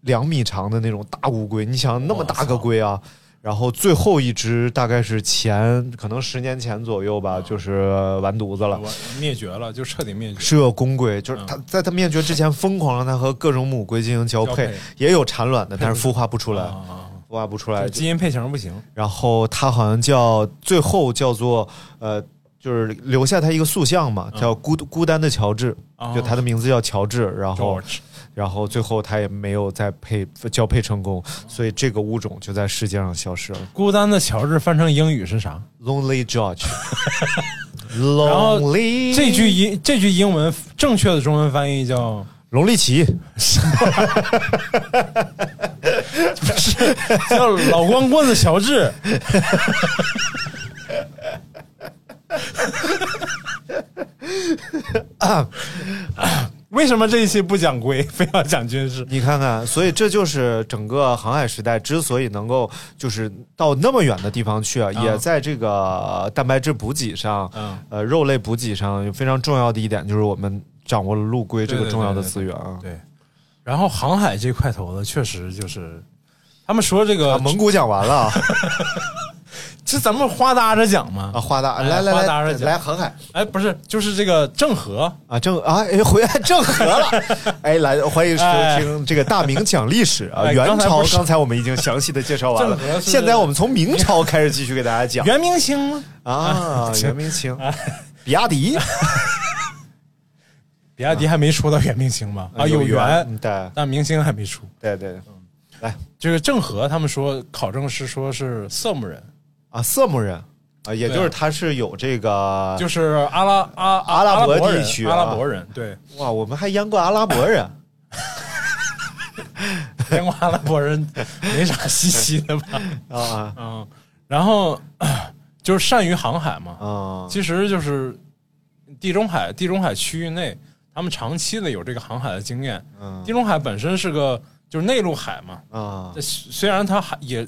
[SPEAKER 5] 两米长的那种大乌龟。你想那么大个龟啊？然后最后一只大概是前可能十年前左右吧，就是啊完犊子了。啊
[SPEAKER 6] 我灭绝了，就彻底灭绝。
[SPEAKER 5] 是个公龟，就是它在它灭绝之前，疯狂让它和各种母龟进行交
[SPEAKER 6] 交
[SPEAKER 5] 配
[SPEAKER 6] 配，
[SPEAKER 5] 也有产卵的，但是孵化不出来，
[SPEAKER 6] 啊，
[SPEAKER 5] 孵化不出来
[SPEAKER 6] 就。基因配型不行，
[SPEAKER 5] 然后它好像叫最后叫做呃，就是留下它一个塑像嘛，
[SPEAKER 6] 嗯
[SPEAKER 5] 叫孤孤单的乔治，
[SPEAKER 6] 哦
[SPEAKER 5] 就哦它的名字叫乔治。然后
[SPEAKER 6] George
[SPEAKER 5] 然后最后它也没有再配交配成功，所以这个物种就在世界上消失了。
[SPEAKER 6] 孤单的乔治翻成英语是啥？
[SPEAKER 5] Lonely
[SPEAKER 6] [LAUGHS]
[SPEAKER 5] George。
[SPEAKER 6] 后
[SPEAKER 5] Lonely
[SPEAKER 6] 这句英这句英文正确的中文翻译叫
[SPEAKER 5] 龙力奇，
[SPEAKER 6] [LAUGHS] 叫老光棍子乔治。 [LAUGHS] 为什么这一期不讲龟，非要讲军事？
[SPEAKER 5] 你看看，所以这就是整个航海时代之所以能够就是到那么远的地方去啊，也在这个呃蛋白质补给上，
[SPEAKER 6] 嗯
[SPEAKER 5] 呃，肉类补给上有非常重要的一点，就是我们掌握了陆龟这
[SPEAKER 6] 对
[SPEAKER 5] 个
[SPEAKER 6] 对
[SPEAKER 5] 重要的
[SPEAKER 6] 对对
[SPEAKER 5] 资源啊。
[SPEAKER 6] 对，然后航海这块头子确实就是，他们说这个
[SPEAKER 5] 啊，蒙古讲完了啊
[SPEAKER 6] 这咱们花搭着讲嘛 [LAUGHS]
[SPEAKER 5] 啊，花大
[SPEAKER 6] 哎
[SPEAKER 5] 来来
[SPEAKER 6] 花大
[SPEAKER 5] 来
[SPEAKER 6] 人讲
[SPEAKER 5] 来航海
[SPEAKER 6] 哎，不是，就是这个郑和，
[SPEAKER 5] 啊，正啊哎回来郑和
[SPEAKER 6] [LAUGHS]
[SPEAKER 5] 了，哎来欢迎收
[SPEAKER 6] 哎
[SPEAKER 5] 听这个大明讲历史啊，
[SPEAKER 6] 哎
[SPEAKER 5] 元
[SPEAKER 6] 刚才
[SPEAKER 5] 朝
[SPEAKER 6] 不是
[SPEAKER 5] 刚才我们已经详细的介绍完了
[SPEAKER 6] 郑和，是
[SPEAKER 5] 现在我们从明朝开始继续给大家讲
[SPEAKER 6] 袁明星吗？
[SPEAKER 5] 啊，
[SPEAKER 6] [LAUGHS]
[SPEAKER 5] 元明清，比亚迪。
[SPEAKER 6] 啊比亚啊迪还没出到袁明星吧？啊，有
[SPEAKER 5] 嗯
[SPEAKER 6] 缘，
[SPEAKER 5] 对
[SPEAKER 6] 但明星还没出。
[SPEAKER 5] 对对来
[SPEAKER 6] 这个郑和他们说考证是说是色目人，
[SPEAKER 5] 啊，色目人啊，也就是
[SPEAKER 6] 对
[SPEAKER 5] 他是有这个，
[SPEAKER 6] 就是阿拉阿阿
[SPEAKER 5] 阿拉
[SPEAKER 6] 拉
[SPEAKER 5] 伯
[SPEAKER 6] 伯人
[SPEAKER 5] 地区啊
[SPEAKER 6] 啊阿拉伯人对， [LAUGHS]
[SPEAKER 5] 哇，我们还淹过阿拉伯人，
[SPEAKER 6] 跟阿拉伯人没啥稀奇的
[SPEAKER 5] [LAUGHS]
[SPEAKER 6] 吧？
[SPEAKER 5] 啊
[SPEAKER 6] 嗯，然后呃就是善于航海嘛，
[SPEAKER 5] 啊
[SPEAKER 6] [LAUGHS] 其实就是地中海地中海区域内，他们长期的有这个航海的经验。
[SPEAKER 5] 嗯
[SPEAKER 6] 地中海本身是个就是内陆海嘛，
[SPEAKER 5] 啊
[SPEAKER 6] 这，虽然它海也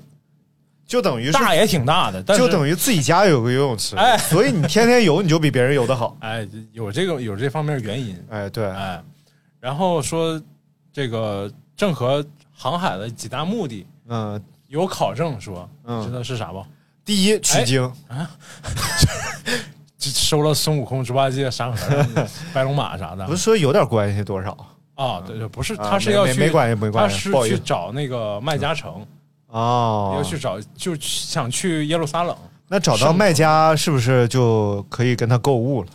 [SPEAKER 5] 就等于是
[SPEAKER 6] 大也挺大的，但是
[SPEAKER 5] 就等于自己家有个游泳池，
[SPEAKER 6] 哎
[SPEAKER 5] 所以你天天游，你就比别人游的好。
[SPEAKER 6] 哎有这个有这方面原因
[SPEAKER 5] 哎，对，
[SPEAKER 6] 哎，然后说这个郑和航海的几大目的
[SPEAKER 5] 嗯，
[SPEAKER 6] 有考证说，
[SPEAKER 5] 嗯
[SPEAKER 6] 知道是啥不？
[SPEAKER 5] 第一
[SPEAKER 6] 哎
[SPEAKER 5] 取经，
[SPEAKER 6] 就收了孙悟空、猪八戒、沙
[SPEAKER 5] [LAUGHS]
[SPEAKER 6] 和、白龙马啥的，
[SPEAKER 5] 不是说有点关系多少
[SPEAKER 6] 啊，对对，不是，
[SPEAKER 5] 啊
[SPEAKER 6] 他是
[SPEAKER 5] 没
[SPEAKER 6] 要
[SPEAKER 5] 没
[SPEAKER 6] 去，
[SPEAKER 5] 没关系没关系不
[SPEAKER 6] 他
[SPEAKER 5] 好
[SPEAKER 6] 是
[SPEAKER 5] 意思
[SPEAKER 6] 去找那个麦加城，
[SPEAKER 5] 哦
[SPEAKER 6] 要？去找，就去想去耶路撒
[SPEAKER 5] [LAUGHS]
[SPEAKER 6] 冷，
[SPEAKER 5] 那找到卖家是不是就可以跟他购物了？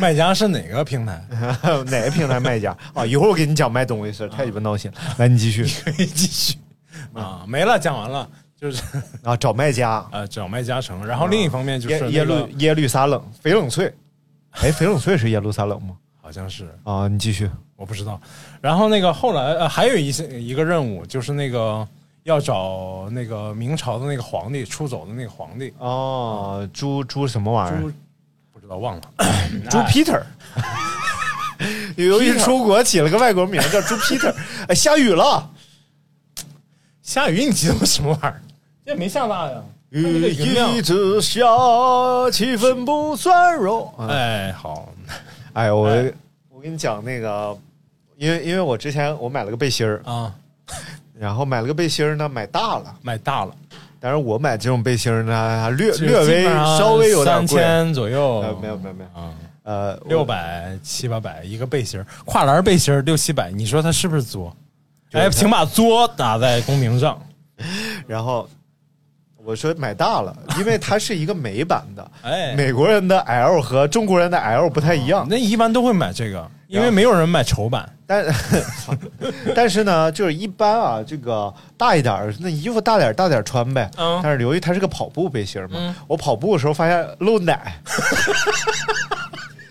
[SPEAKER 6] 麦加是哪个平台？
[SPEAKER 5] [LAUGHS] 哪个平台卖家啊？一会儿我给你讲卖东西的事儿，太鸡巴闹心了。来，你 [LAUGHS] 继续
[SPEAKER 6] 可以继续
[SPEAKER 5] [LAUGHS]
[SPEAKER 6] 啊，没了，讲完了，就是 [LAUGHS]
[SPEAKER 5] 啊，找卖家，
[SPEAKER 6] 呃，找麦加城，然后另一方面就是那
[SPEAKER 5] 啊耶
[SPEAKER 6] 个
[SPEAKER 5] 耶路耶路撒冷翡冷翠，哎，翡冷翠是耶路撒冷吗？
[SPEAKER 6] 好像是
[SPEAKER 5] 啊，你继续
[SPEAKER 6] 我不知道，然后那个后来呃还有一些一个任务就是那个要找那个明朝的那个皇帝出走的那个皇帝
[SPEAKER 5] 哦，猪猪什么玩意
[SPEAKER 6] 朱
[SPEAKER 5] 儿？哎
[SPEAKER 6] 不知道忘了，
[SPEAKER 5] 猪 [LAUGHS] Peter，由于出国起了个外国名叫猪 [LAUGHS] Peter，哎，下雨了，
[SPEAKER 6] 下雨你激动什么玩意儿？这没下大呀，它那个云量
[SPEAKER 5] 直下，气氛不算弱。
[SPEAKER 6] 哎好。
[SPEAKER 5] 哎，我我跟你讲那个，因为因为我之前我买了个背心儿，
[SPEAKER 6] 啊，
[SPEAKER 5] 然后买了个背心儿呢，买大了，
[SPEAKER 6] 买大了，
[SPEAKER 5] 但是我买这种背心儿呢，略
[SPEAKER 6] 就
[SPEAKER 5] 略微
[SPEAKER 6] 基本上
[SPEAKER 5] 稍微有点
[SPEAKER 6] 三
[SPEAKER 5] 贵。
[SPEAKER 6] 千左右，
[SPEAKER 5] 呃，没有没有没有，
[SPEAKER 6] 啊，
[SPEAKER 5] 呃，我
[SPEAKER 6] 六百七八百一个背心儿，跨栏背心儿六七百，你说他是不是作？
[SPEAKER 5] 就是
[SPEAKER 6] 哎，
[SPEAKER 5] 它
[SPEAKER 6] 请把作打在公屏上。
[SPEAKER 5] 然后我说买大了，因为它是一个美版的，
[SPEAKER 6] 哎，
[SPEAKER 5] 美国人的 L 和中国人的 L 不太一样，
[SPEAKER 6] 那一般都会买这个，因为没有人买丑版。
[SPEAKER 5] 但 [LAUGHS] 但是呢，就是一般啊，这个大一点儿，那衣服大点儿大点儿穿呗。
[SPEAKER 6] 嗯
[SPEAKER 5] 但是由于它是个跑步背心儿嘛，
[SPEAKER 6] 嗯
[SPEAKER 5] 我跑步的时候发现露
[SPEAKER 6] [LAUGHS]
[SPEAKER 5] 奶，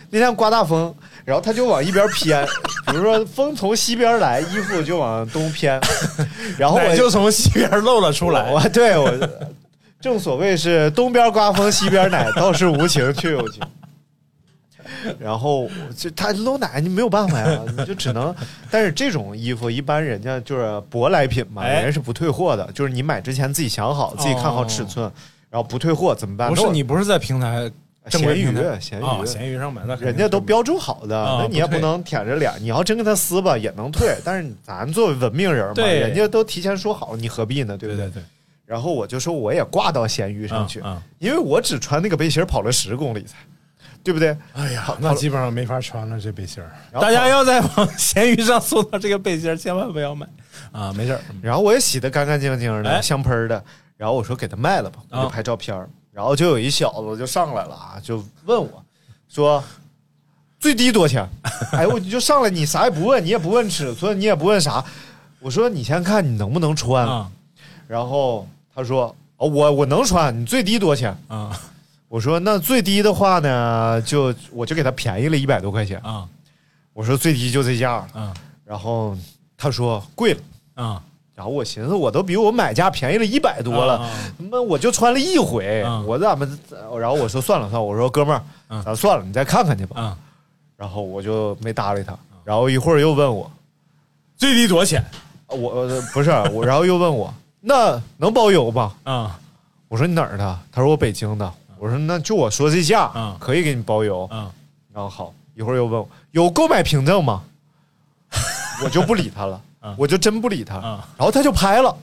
[SPEAKER 5] 那天刮大风，然后它就往一边偏，比如说风从西边来，衣服就往东偏， [LAUGHS] 然后我
[SPEAKER 6] 奶哎就从西边露了出来
[SPEAKER 5] 我， [LAUGHS] 我对我，正所谓是东边刮风，西边奶，倒是无情却有情。然后就他露奶，你没有办法呀，你就只能。 [LAUGHS] 但是这种衣服一般人家就是舶来品嘛，
[SPEAKER 7] 哎
[SPEAKER 5] 人家是不退货的，就是你买之前自己想好，自己看好尺寸，然后不退货怎么办？
[SPEAKER 6] 哦不是
[SPEAKER 5] 那我
[SPEAKER 6] 你不是在平台正规平台
[SPEAKER 5] 闲鱼
[SPEAKER 6] 啊，
[SPEAKER 5] 闲
[SPEAKER 6] 闲鱼上买的，
[SPEAKER 5] 人家都标注好的，
[SPEAKER 6] 啊
[SPEAKER 5] 那你也
[SPEAKER 6] 不退
[SPEAKER 5] 不能舔着脸。你要真跟他撕吧，也能退，但是咱作为文明人嘛，
[SPEAKER 6] 对
[SPEAKER 5] 人家都提前说好，你何必呢？对
[SPEAKER 6] 对
[SPEAKER 5] 不
[SPEAKER 6] 对对，
[SPEAKER 5] 然后我就说我也挂到闲鱼上去，
[SPEAKER 6] 嗯嗯
[SPEAKER 5] 因为我只穿那个背心儿跑了十公里才，对不对？
[SPEAKER 6] 哎呀
[SPEAKER 5] 跑，
[SPEAKER 6] 那基本上没法穿了这背心儿。
[SPEAKER 5] 然后
[SPEAKER 6] 大家要在往闲鱼上搜到这个背心儿，千万不要买啊！没事儿，
[SPEAKER 5] 然后我也洗得干干净净的，
[SPEAKER 6] 哎
[SPEAKER 5] 香喷儿的。然后我说给他卖了吧，我就
[SPEAKER 6] 啊
[SPEAKER 5] 拍照片、儿。然后就有一小子就上来了啊，就问我，说最低多少钱？ [LAUGHS] 哎，我就上来，你啥也不问，你也不问尺寸，你也不问啥。我说你先看你能不能穿。
[SPEAKER 6] 啊
[SPEAKER 5] 然后他说哦，我我能穿，你最低多少钱？
[SPEAKER 6] 啊
[SPEAKER 5] 我说那最低的话呢，就我就给他便宜了一百多块钱。
[SPEAKER 6] 啊
[SPEAKER 5] 我说最低就这价了。
[SPEAKER 6] 啊
[SPEAKER 5] 然后他说贵了。
[SPEAKER 6] 啊！
[SPEAKER 5] 然后我寻思，我都比我买价便宜了一百多了
[SPEAKER 6] 啊，
[SPEAKER 5] 他妈、我就穿了一回，
[SPEAKER 6] 嗯
[SPEAKER 5] 我咱们，然后我说算了算了，我说哥们儿，
[SPEAKER 6] 嗯
[SPEAKER 5] 咱算了，你再看看去吧。
[SPEAKER 6] 啊，
[SPEAKER 5] 然后我就没搭理他，
[SPEAKER 6] 嗯
[SPEAKER 5] 然后一会儿又问我，
[SPEAKER 6] 最低多少钱
[SPEAKER 5] 我呃不是我，然后又问我，那能包邮吧？
[SPEAKER 6] 啊？
[SPEAKER 5] 我说你哪儿的？他说我北京的。我说那就我说这价，
[SPEAKER 6] 嗯
[SPEAKER 5] 可以给你包邮。
[SPEAKER 6] 啊
[SPEAKER 5] 然后哦好，一会儿又问我有购买凭证
[SPEAKER 6] [LAUGHS]
[SPEAKER 5] 吗？我就不理他了，
[SPEAKER 6] 嗯
[SPEAKER 5] 我就真不理他。
[SPEAKER 6] 嗯
[SPEAKER 5] 然后他就拍了，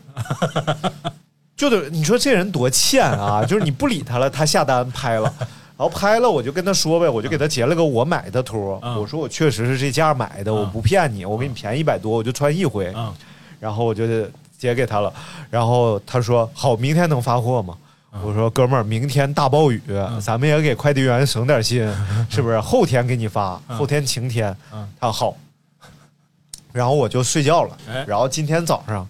[SPEAKER 5] [LAUGHS] 就得你说这人多欠啊！就是你不理他了，他下单拍了，然后拍了我就跟他说呗，我就给他截了个我买的图，
[SPEAKER 6] 嗯
[SPEAKER 5] 我说我确实是这价买的，我不骗你，我给你便宜一百多，我就穿一回。
[SPEAKER 6] 啊
[SPEAKER 5] 然后我就截给他了，然后他说好，明天能发货吗？
[SPEAKER 6] 嗯
[SPEAKER 5] 我说哥们儿，明天大暴雨，咱们也给快递员省点
[SPEAKER 6] [LAUGHS]
[SPEAKER 5] 心，是不是？后天给你发，后天晴天。
[SPEAKER 6] 嗯
[SPEAKER 5] 他说好，然后我就睡觉了
[SPEAKER 6] 哎。
[SPEAKER 5] 然后今天早上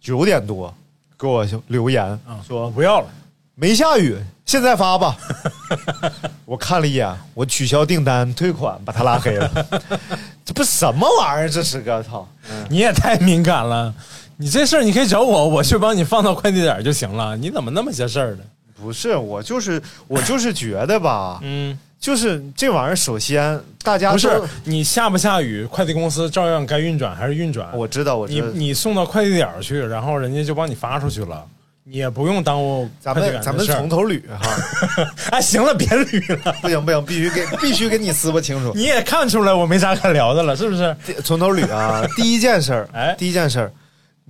[SPEAKER 5] 九点多给我留言
[SPEAKER 6] 啊！我
[SPEAKER 5] 说
[SPEAKER 6] 不要了
[SPEAKER 5] 没下雨，现在发
[SPEAKER 6] [LAUGHS]
[SPEAKER 5] 吧。我看了一眼，我取消订单退款，把他拉黑
[SPEAKER 6] [LAUGHS]
[SPEAKER 5] 了。这不什么玩意儿？这是个操！
[SPEAKER 6] 你也太敏感了。你这事儿你可以找我，我去帮你放到快递点儿就行了。你怎么那么些事儿呢？
[SPEAKER 5] 不是，我就是我就是觉得吧，
[SPEAKER 6] [LAUGHS] 嗯，
[SPEAKER 5] 就是这玩意儿，首先大家
[SPEAKER 6] 不
[SPEAKER 5] 都
[SPEAKER 6] 是，你下不下雨，快递公司照样该运转还是运转。
[SPEAKER 5] 我知道，我知
[SPEAKER 6] 你
[SPEAKER 5] 道，
[SPEAKER 6] 你送到快递点儿去，然后人家就帮你发出去了，你也不用耽误
[SPEAKER 5] 咱
[SPEAKER 6] 快递
[SPEAKER 5] 们
[SPEAKER 6] 员
[SPEAKER 5] 咱
[SPEAKER 6] 的
[SPEAKER 5] 们
[SPEAKER 6] 事儿
[SPEAKER 5] 从头捋哈，
[SPEAKER 6] [LAUGHS] 哎，行了，别捋了，
[SPEAKER 5] 不行不行，必须给必须给你撕巴
[SPEAKER 6] [LAUGHS]
[SPEAKER 5] 清楚，
[SPEAKER 6] 你也看出来我没啥可聊的了，是不是？
[SPEAKER 5] 从头捋啊。第一件事儿，
[SPEAKER 6] 哎
[SPEAKER 5] 第一件事儿。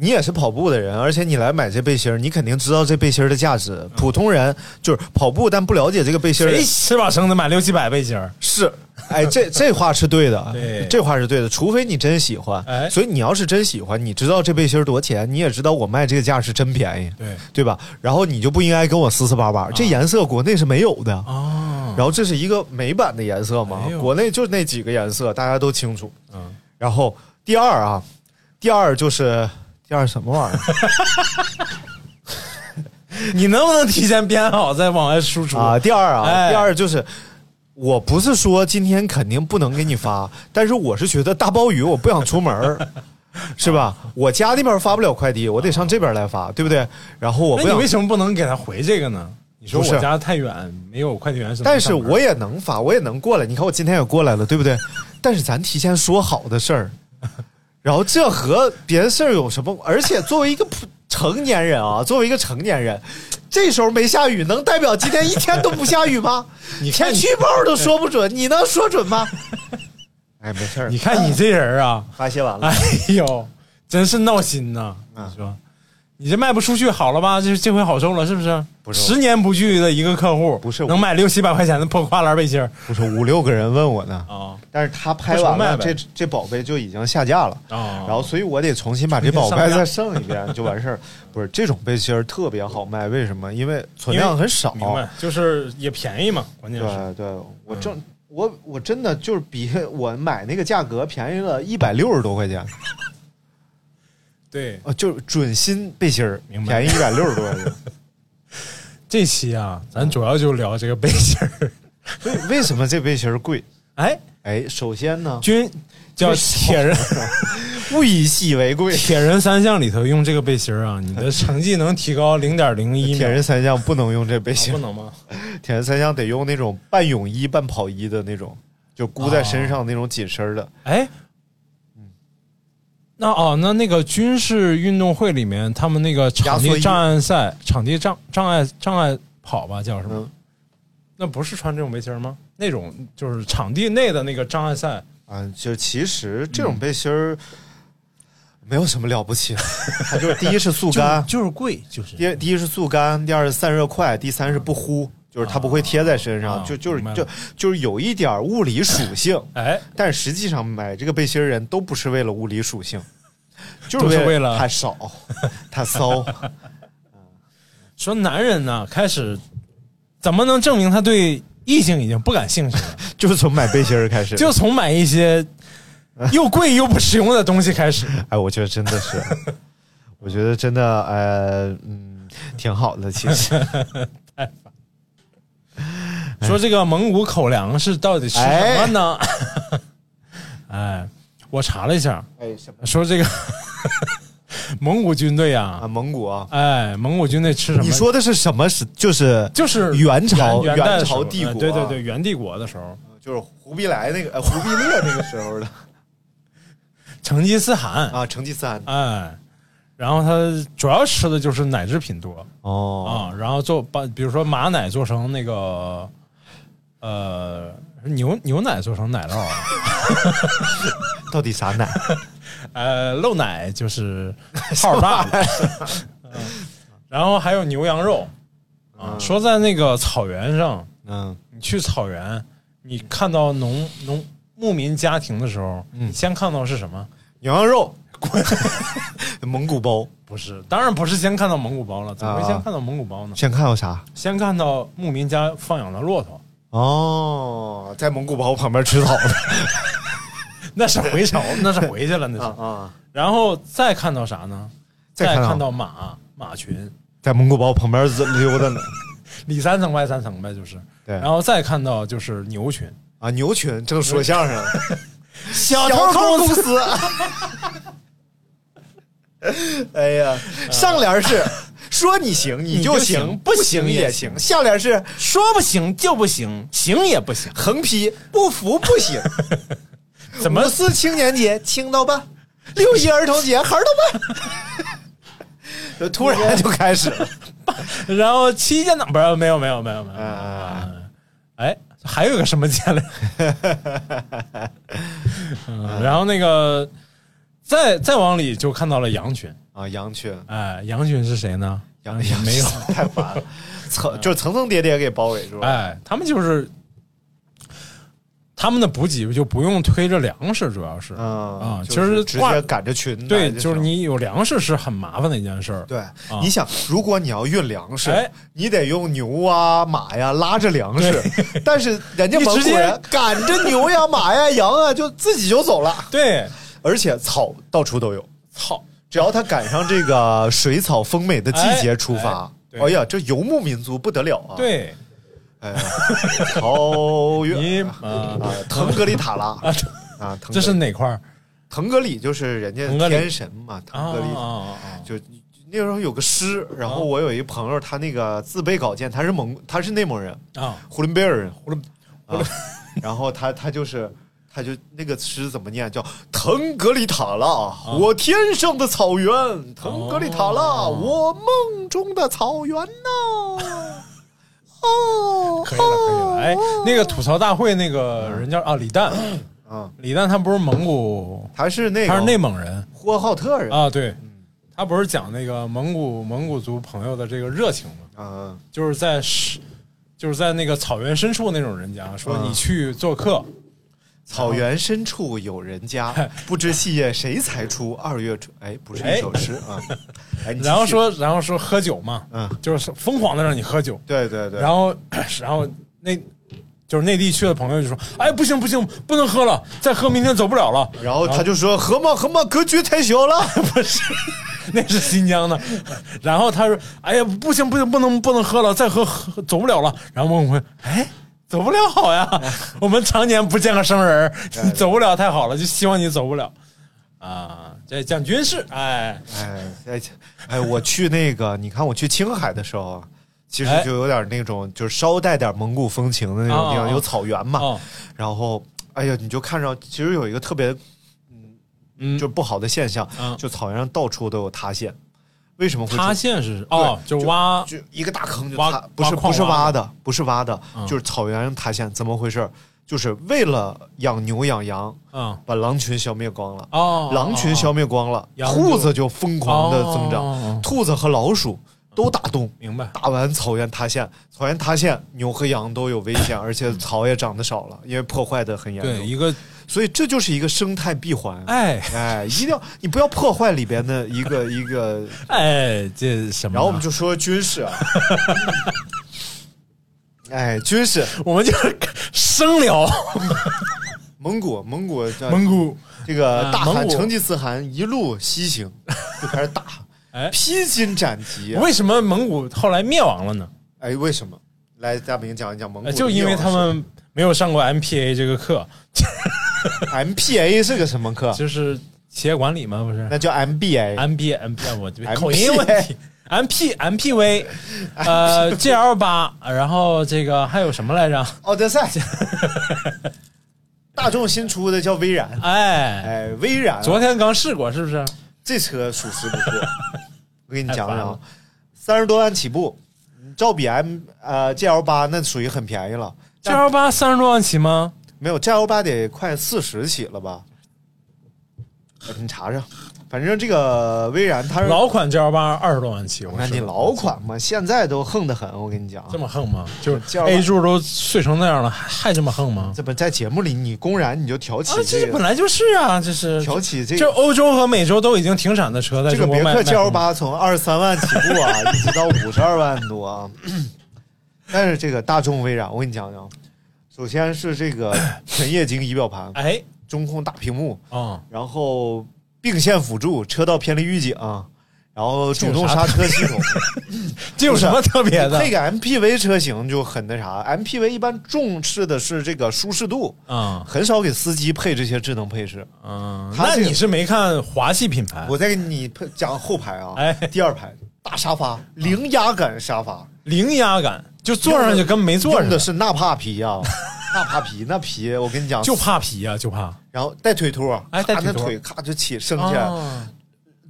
[SPEAKER 5] 你也是跑步的人，而且你来买这背心儿，你肯定知道这背心儿的价值。普通人就是跑步，但不了解这个背心儿的
[SPEAKER 6] 嗯谁吃饱撑的买六七百背心儿？
[SPEAKER 5] 是，哎，这这话是对的，啊
[SPEAKER 6] 对
[SPEAKER 5] 这话是对的，除非你真喜欢，
[SPEAKER 6] 哎
[SPEAKER 5] 所以你要是真喜欢，你知道这背心儿多少钱，你也知道我卖这个价是真便宜，
[SPEAKER 6] 对啊
[SPEAKER 5] 对吧？然后你就不应该跟我撕撕巴巴，这颜色国内是没有的，
[SPEAKER 6] 哦，
[SPEAKER 5] 然后这是一个美版的颜色嘛，
[SPEAKER 6] 哎呦
[SPEAKER 5] 国内就那几个颜色，大家都清楚，
[SPEAKER 6] 嗯
[SPEAKER 5] 然后第二啊，第二就是第二什么玩意儿？
[SPEAKER 6] 你能不能提前编好再往外输出
[SPEAKER 5] 啊，？第二啊，
[SPEAKER 6] 哎
[SPEAKER 5] 第二就是。我不是说今天肯定不能给你发，
[SPEAKER 6] [LAUGHS]
[SPEAKER 5] 但是我是觉得大暴雨，我不想出门儿是吧？我家那边发不了快递，我得上这边来发，对不对？然后我
[SPEAKER 6] 那
[SPEAKER 5] 不
[SPEAKER 6] 你
[SPEAKER 5] 想
[SPEAKER 6] 为，什么不能给他回这个呢？你说
[SPEAKER 5] 不是
[SPEAKER 6] 我家太远，没有快递员什么上门。
[SPEAKER 5] 但是我也能发，我也能过来。你看我今天也过来了，对不对？但是咱提前说好的事
[SPEAKER 6] [LAUGHS]
[SPEAKER 5] 儿，然后这和别的事儿有什么？而且作为一个普成年人啊，作为一个成年人，这时候没下雨，能代表今天一天都不下雨吗？
[SPEAKER 6] 你看
[SPEAKER 5] 天
[SPEAKER 6] 你
[SPEAKER 5] 气预报都说不准，你能说准吗？ [LAUGHS] 哎，没事儿
[SPEAKER 6] 你看你这人啊，
[SPEAKER 5] 发泄完了
[SPEAKER 6] 哎，呦，真是闹心呐！你
[SPEAKER 5] 啊
[SPEAKER 6] 说，你这卖不出去好了吧？这这回好受了是不是？
[SPEAKER 5] 不是
[SPEAKER 6] 十年不聚的一个客户，
[SPEAKER 5] 不是我
[SPEAKER 6] 能买六七百块钱的破跨栏背心儿
[SPEAKER 5] 不是五六个人问我呢，
[SPEAKER 6] 啊
[SPEAKER 5] 但是他拍完
[SPEAKER 6] 不愁卖
[SPEAKER 5] 了，
[SPEAKER 6] 呗
[SPEAKER 5] 这这宝贝就已经下架了。
[SPEAKER 6] 啊
[SPEAKER 5] 然后，所以我得重新把这宝贝
[SPEAKER 6] 重新上架
[SPEAKER 5] 再剩一遍，就完事
[SPEAKER 6] [LAUGHS]
[SPEAKER 5] 儿。不是这种背心儿特别好卖，为什么？因为存量很少。
[SPEAKER 6] 明白？嗯就是也便宜嘛，关键是
[SPEAKER 5] 对对，我正、我我真的就是比我买那个价格便宜了一百六十多块钱，
[SPEAKER 6] 对。
[SPEAKER 5] 呃，就是准新背心儿
[SPEAKER 6] 明白
[SPEAKER 5] 便宜一百六十多块
[SPEAKER 6] [LAUGHS]
[SPEAKER 5] 钱。
[SPEAKER 6] 这期啊，咱主要就聊这个背心
[SPEAKER 5] [LAUGHS]
[SPEAKER 6] 儿。
[SPEAKER 5] 所以为什么这背心儿贵？
[SPEAKER 6] 哎，
[SPEAKER 5] 哎，首先呢，
[SPEAKER 6] 君叫铁
[SPEAKER 5] [LAUGHS]
[SPEAKER 6] 人
[SPEAKER 5] 物以稀为贵。
[SPEAKER 6] 铁人三项里头用这个背心儿啊，你的成绩能提高零点零一
[SPEAKER 5] [LAUGHS]
[SPEAKER 6] 秒。
[SPEAKER 5] 铁人三项不能用这背
[SPEAKER 6] 啊
[SPEAKER 5] 心
[SPEAKER 6] 不，能吗？
[SPEAKER 5] 铁人三项得用那种半泳衣半跑衣的那种，就箍在身上那种紧身儿的。
[SPEAKER 6] 哎，那哦，那那个军事运动会里面，他们那个场
[SPEAKER 5] 压缩
[SPEAKER 6] 地
[SPEAKER 5] 衣
[SPEAKER 6] 障碍赛、场地障障碍障碍跑吧，叫什么？
[SPEAKER 5] 嗯
[SPEAKER 6] 那不是穿这种背心儿吗？那种就是场地内的那个障碍赛，
[SPEAKER 5] 啊，就其实这种背心儿没有什么了不 [LAUGHS] 起的，嗯它就是第一是速
[SPEAKER 8] 就是
[SPEAKER 5] 干，
[SPEAKER 8] 就是贵，就是
[SPEAKER 5] 第第一是速干，第二是散热快，第三是不呼，就是它不会贴在身上，
[SPEAKER 6] 啊
[SPEAKER 5] 就就是
[SPEAKER 6] 明白了
[SPEAKER 5] 就就是有一点儿物理属性，
[SPEAKER 6] 哎，
[SPEAKER 5] 但实际上买这个背心儿人都不是为了物理属 [LAUGHS] 性，就是
[SPEAKER 6] 都是为了
[SPEAKER 5] 它少，它 [LAUGHS] 骚。
[SPEAKER 6] 说男人呢，开始怎么能证明他对异性已经不感兴
[SPEAKER 5] [LAUGHS]
[SPEAKER 6] 趣了？
[SPEAKER 5] 就是从买背心儿开始，
[SPEAKER 6] 就从买
[SPEAKER 5] [LAUGHS]
[SPEAKER 6] 一些又贵又不实用的东西开始。
[SPEAKER 5] 哎，我觉得真的 [LAUGHS] 是，我觉得真的，呃，嗯，挺好的。其实，哎
[SPEAKER 6] 说这个蒙古口粮是到底是什么呢？ [LAUGHS] 哎，我查了一下，
[SPEAKER 5] 哎，什么
[SPEAKER 6] 说这个 [LAUGHS] 蒙古军队
[SPEAKER 5] 啊？
[SPEAKER 6] 啊，
[SPEAKER 5] 蒙古啊？
[SPEAKER 6] 哎，蒙古军队吃什么？
[SPEAKER 5] 你说的是什么时？就是
[SPEAKER 6] 就是
[SPEAKER 5] 元朝
[SPEAKER 6] 元元代的
[SPEAKER 5] 元朝
[SPEAKER 6] 时候
[SPEAKER 5] 帝
[SPEAKER 6] 哎
[SPEAKER 5] 国啊
[SPEAKER 6] 对对对，元帝国的时候，
[SPEAKER 5] 嗯就是忽必来那个，呃，忽必烈那个时候的
[SPEAKER 6] 成吉思汗，
[SPEAKER 5] [LAUGHS] 啊，成吉思汗。
[SPEAKER 6] 哎，然后他主要吃的就是奶制品多
[SPEAKER 5] 哦，
[SPEAKER 6] 啊，然后做把比如说马奶做成那个，呃，牛牛奶做成奶酪啊。 [LAUGHS]
[SPEAKER 5] 到底啥奶？
[SPEAKER 6] 呃，漏奶 [LAUGHS] 就是泡儿大的，嗯 [LAUGHS] 然后还有牛羊肉啊。说在那个草原上，
[SPEAKER 5] [LAUGHS] 嗯，
[SPEAKER 6] 你去草原，你看到农农牧民家庭的时候，你先看到是什么？
[SPEAKER 5] 牛羊 [LAUGHS] 肉，蒙古包。
[SPEAKER 6] 不是，当然不是先看到蒙古包了，怎么会
[SPEAKER 5] 啊
[SPEAKER 6] 先看到蒙古包呢？
[SPEAKER 5] 先看到啥？
[SPEAKER 6] 先看到牧民家放养的骆驼，
[SPEAKER 5] 哦，在蒙古包旁边吃草的
[SPEAKER 6] 那是回朝，那是回去了，那是。
[SPEAKER 5] 啊，
[SPEAKER 6] 然后再看到啥呢？
[SPEAKER 5] 再
[SPEAKER 6] 再
[SPEAKER 5] 看到
[SPEAKER 6] 看到马马群，
[SPEAKER 5] 在蒙古包旁边溜达呢。
[SPEAKER 6] 里三层外三层呗，就是。
[SPEAKER 5] 对
[SPEAKER 6] 然后再看到就是牛群。
[SPEAKER 5] 啊，牛群正说相声，
[SPEAKER 6] 小
[SPEAKER 5] 司。 [LAUGHS] 哎呀，上联是 [LAUGHS] 说你行你就
[SPEAKER 6] 你就行
[SPEAKER 5] 不
[SPEAKER 6] 不行也
[SPEAKER 5] 也
[SPEAKER 6] 行
[SPEAKER 5] 下联是
[SPEAKER 6] 说不行就不行，行也不行，
[SPEAKER 5] [LAUGHS] 横批不服不 [LAUGHS] 行。
[SPEAKER 6] 怎么
[SPEAKER 5] 五四青年节青到 [LAUGHS] 吧，六一儿童节孩儿到吧。就 [LAUGHS] 突然就开始了，
[SPEAKER 6] 然后七件呢？不是，没有没有没有没
[SPEAKER 5] [LAUGHS]
[SPEAKER 6] 有。
[SPEAKER 5] 啊
[SPEAKER 6] 哎，还有一个什么节
[SPEAKER 5] [LAUGHS]
[SPEAKER 6] 来？嗯，然后那个再再往里就看到了羊群。
[SPEAKER 5] 啊！羊群，
[SPEAKER 6] 哎，羊群是谁呢？
[SPEAKER 5] 羊羊
[SPEAKER 6] 没有。
[SPEAKER 5] [LAUGHS] 太烦了，层就是层层叠叠给包围住了。
[SPEAKER 6] 哎，他们就是他们的补给就不用推着粮食，主要是
[SPEAKER 5] 啊
[SPEAKER 6] 啊，
[SPEAKER 5] 就
[SPEAKER 6] 其实
[SPEAKER 5] 是直
[SPEAKER 6] 挂
[SPEAKER 5] 接赶着群来就
[SPEAKER 6] 对，
[SPEAKER 5] 行，
[SPEAKER 6] 就是你有粮食是很麻烦的一件事儿。
[SPEAKER 5] 对，你想，如果你要运粮食
[SPEAKER 6] 啊哎，
[SPEAKER 5] 你得用牛啊、马呀拉着粮食， [LAUGHS] 但是人家
[SPEAKER 6] [LAUGHS] 你
[SPEAKER 5] 蒙
[SPEAKER 6] 直
[SPEAKER 5] 古
[SPEAKER 6] 接
[SPEAKER 5] 人赶着牛呀、马呀、羊啊，就自己就走
[SPEAKER 6] [LAUGHS]
[SPEAKER 5] 了，
[SPEAKER 6] 对，
[SPEAKER 5] 而且草到处都有，
[SPEAKER 6] 操，
[SPEAKER 5] 只要他赶上这个水草丰美的季节出发，
[SPEAKER 6] 哎
[SPEAKER 5] 哎呀，这游牧民族不得了啊！，
[SPEAKER 6] 对
[SPEAKER 5] 哎呀，草原
[SPEAKER 6] [LAUGHS] 你啊，
[SPEAKER 5] 啊，腾格里塔
[SPEAKER 6] [LAUGHS]
[SPEAKER 5] 拉啊，腾格里
[SPEAKER 6] 这是哪块儿？
[SPEAKER 5] 腾格里，就是人家
[SPEAKER 6] 腾格里
[SPEAKER 5] 天神嘛，腾格里塔。
[SPEAKER 6] 啊啊
[SPEAKER 5] 就那时候有个诗，然
[SPEAKER 6] 哦
[SPEAKER 5] 后我有一朋友，他那个自备稿件，他是蒙，他是内蒙人，
[SPEAKER 6] 啊啊！
[SPEAKER 5] 呼伦贝尔人，
[SPEAKER 6] 呼伦
[SPEAKER 5] 啊，然后他他就是。他就那个诗怎么念？叫腾格里塔拉，我天上的草原；腾格里塔拉，
[SPEAKER 6] 哦
[SPEAKER 5] 我梦中的草原呐、
[SPEAKER 6] [LAUGHS]
[SPEAKER 5] 哦，
[SPEAKER 6] 可以了，可以了。哎，那个吐槽大会那个人叫啊李诞，
[SPEAKER 5] 嗯，
[SPEAKER 6] 李诞他不是蒙古，
[SPEAKER 5] 他是那个，
[SPEAKER 6] 他是内蒙人
[SPEAKER 5] 呼和浩特人啊
[SPEAKER 6] 啊，对，他不是讲那个蒙古蒙古族朋友的这个热情吗？
[SPEAKER 5] 啊
[SPEAKER 6] 就是在是。就是在那个草原深处那种人家说
[SPEAKER 5] 啊
[SPEAKER 6] 你去做客，
[SPEAKER 5] 草原深处有人
[SPEAKER 6] [LAUGHS]
[SPEAKER 5] 家，不知细叶谁裁出？二月春，哎，不是一首诗啊。 [LAUGHS] 哎，你继续
[SPEAKER 6] 然后，说然后说喝酒嘛，
[SPEAKER 5] 嗯，
[SPEAKER 6] 就是疯狂的让你喝酒，
[SPEAKER 5] 对对对，
[SPEAKER 6] 然后然后那就是内地去的朋友就说，哎不行不行，不能喝了，再喝明天走不了了。
[SPEAKER 5] 然后他就说：“河马，河马，格局太
[SPEAKER 6] [LAUGHS]
[SPEAKER 5] 小了。
[SPEAKER 6] 不是，那是新疆的。然后他说：“哎呀，不行不行，不能不能喝了，再喝喝走不了了。”然后孟坤，哎，走不了好呀，我们常年不见个生人儿，你 [LAUGHS] 走不了太好了，就希望你走不了。啊，这讲军事，哎，”
[SPEAKER 5] 哎哎哎，我去那个，你看我去青海的时候啊，其实
[SPEAKER 6] 哎
[SPEAKER 5] 就有点那种，就是稍带点蒙古风情的那种地
[SPEAKER 6] 哦
[SPEAKER 5] 方，
[SPEAKER 6] 哦
[SPEAKER 5] 有草原嘛。
[SPEAKER 6] 哦
[SPEAKER 5] 然后哎呀，你就看上，其实有一个特别
[SPEAKER 6] 嗯，
[SPEAKER 5] 就不好的现象，
[SPEAKER 6] 嗯
[SPEAKER 5] 就草原上到处都有塌陷，为什么会出
[SPEAKER 6] 塌陷是哦，
[SPEAKER 5] 对
[SPEAKER 6] 就挖
[SPEAKER 5] 就一个大坑就
[SPEAKER 6] 挖
[SPEAKER 5] 塌，不是
[SPEAKER 6] 挖矿
[SPEAKER 5] 不是
[SPEAKER 6] 挖
[SPEAKER 5] 挖的，不是挖的，
[SPEAKER 6] 嗯
[SPEAKER 5] 就是草原上塌陷，怎么回事？就是为了养牛养羊，
[SPEAKER 6] 嗯
[SPEAKER 5] 把狼群消灭光了，
[SPEAKER 6] 哦，
[SPEAKER 5] 狼群消灭光了，
[SPEAKER 6] 羊
[SPEAKER 5] 兔子就疯狂的增长，
[SPEAKER 6] 哦
[SPEAKER 5] 兔子和老鼠都打洞。
[SPEAKER 6] 明白
[SPEAKER 5] 打完草原塌陷，草原塌陷，牛和羊都有危险，而且草也长得少了，因为破坏的很严
[SPEAKER 6] 对
[SPEAKER 5] 重，
[SPEAKER 6] 一个
[SPEAKER 5] 所以这就是一个生态闭环。
[SPEAKER 6] 哎
[SPEAKER 5] 哎，一定要你不要破坏里边的一个一个
[SPEAKER 6] 哎这什么啊？
[SPEAKER 5] 然后我们就说军事
[SPEAKER 6] [LAUGHS]
[SPEAKER 5] 啊，哎，军事，
[SPEAKER 6] 我们就是 [LAUGHS] 生聊
[SPEAKER 5] 蒙古，蒙古，
[SPEAKER 6] 蒙古啊
[SPEAKER 5] 这个大
[SPEAKER 6] 蒙
[SPEAKER 5] 汗
[SPEAKER 6] 古
[SPEAKER 5] 成吉思汗一路西行，就开始打，
[SPEAKER 6] [LAUGHS] 哎
[SPEAKER 5] 披荆斩棘。啊
[SPEAKER 6] 为什么蒙古后来灭亡了呢？
[SPEAKER 5] 哎，为什么？来，大明讲一讲蒙古
[SPEAKER 6] 呃
[SPEAKER 5] 的
[SPEAKER 6] 就因为他们没有上过 MPA 这个课， [LAUGHS]
[SPEAKER 5] MPA 是个什么课？
[SPEAKER 6] 就是企业管理嘛，不是
[SPEAKER 5] 那叫 MBA。
[SPEAKER 6] MBA MBA 我这
[SPEAKER 5] MPA
[SPEAKER 6] 口音问题。M P M P V，呃，G
[SPEAKER 5] 哎
[SPEAKER 6] L 八，然后这个还有什么来着？
[SPEAKER 5] 奥德
[SPEAKER 6] [LAUGHS]
[SPEAKER 5] 赛，哦大众新出的叫威然。
[SPEAKER 6] 哎，
[SPEAKER 5] 哎，威然啊，
[SPEAKER 6] 昨天刚试过，是不是？
[SPEAKER 5] 这车属实不
[SPEAKER 6] [LAUGHS]
[SPEAKER 5] 错。我给你讲
[SPEAKER 6] 太烦
[SPEAKER 5] 讲
[SPEAKER 6] 了
[SPEAKER 5] 啊，三十多万起步，照比 M 呃 GL 八那属于很便宜了。
[SPEAKER 6] G L 八三十多万起吗？
[SPEAKER 5] 没有 GL 八得快四十起了吧？呃你查查，反正这个威然它是，
[SPEAKER 6] 老款 G L 八二十多万起，我
[SPEAKER 5] 那
[SPEAKER 6] 试
[SPEAKER 5] 你
[SPEAKER 6] 过
[SPEAKER 5] 老款嘛，现在都横得很。我跟你讲啊，
[SPEAKER 6] 这么横吗？就是
[SPEAKER 5] GL8
[SPEAKER 6] A 柱都碎成那样了，还还这么横吗？
[SPEAKER 5] 这不在节目里你公然你就挑起
[SPEAKER 6] 啊，这
[SPEAKER 5] 这
[SPEAKER 6] 本
[SPEAKER 5] 个，
[SPEAKER 6] 来就是啊，这是
[SPEAKER 5] 挑起这
[SPEAKER 6] 就
[SPEAKER 5] 个。
[SPEAKER 6] 欧洲和美洲都已经停产的车，在
[SPEAKER 5] 这个
[SPEAKER 6] 中国
[SPEAKER 5] 别
[SPEAKER 6] 卖
[SPEAKER 5] 克 GL
[SPEAKER 6] 卖
[SPEAKER 5] 八从二十三万起步啊，
[SPEAKER 6] [LAUGHS]
[SPEAKER 5] 一直到五十二万多啊。但是这个大众威然，我跟你讲讲，首先是这
[SPEAKER 6] [COUGHS]
[SPEAKER 5] 个全液晶仪表盘，
[SPEAKER 6] 哎，
[SPEAKER 5] 中控大屏幕，
[SPEAKER 6] 哦，
[SPEAKER 5] 然后并线辅助、车道偏离预警、啊然后主动
[SPEAKER 6] 这有啥
[SPEAKER 5] 刹车系统。
[SPEAKER 6] 这有什么特别的
[SPEAKER 5] 那个 MPV 车型就很那啥，MPV 一般重视的是这个舒适度，
[SPEAKER 6] 啊？
[SPEAKER 5] 很少给司机配这些智能配置。
[SPEAKER 6] 嗯，
[SPEAKER 5] 它
[SPEAKER 6] 那
[SPEAKER 5] 这个
[SPEAKER 6] 你是没看华系品牌
[SPEAKER 5] 我再给你配讲后排啊，
[SPEAKER 6] 哎
[SPEAKER 5] 第二排大沙发，零压感沙发，
[SPEAKER 6] 零压感，就坐上去跟没坐
[SPEAKER 5] 用
[SPEAKER 6] 似
[SPEAKER 5] 的是纳帕皮
[SPEAKER 6] [LAUGHS]
[SPEAKER 5] 啊，纳帕皮那皮，我跟你讲
[SPEAKER 6] 就怕皮啊，就怕
[SPEAKER 5] 然后带腿托，
[SPEAKER 6] 哎带
[SPEAKER 5] 咔
[SPEAKER 6] 腿
[SPEAKER 5] 那
[SPEAKER 6] 托
[SPEAKER 5] 腿咔就起升起来，
[SPEAKER 6] 啊！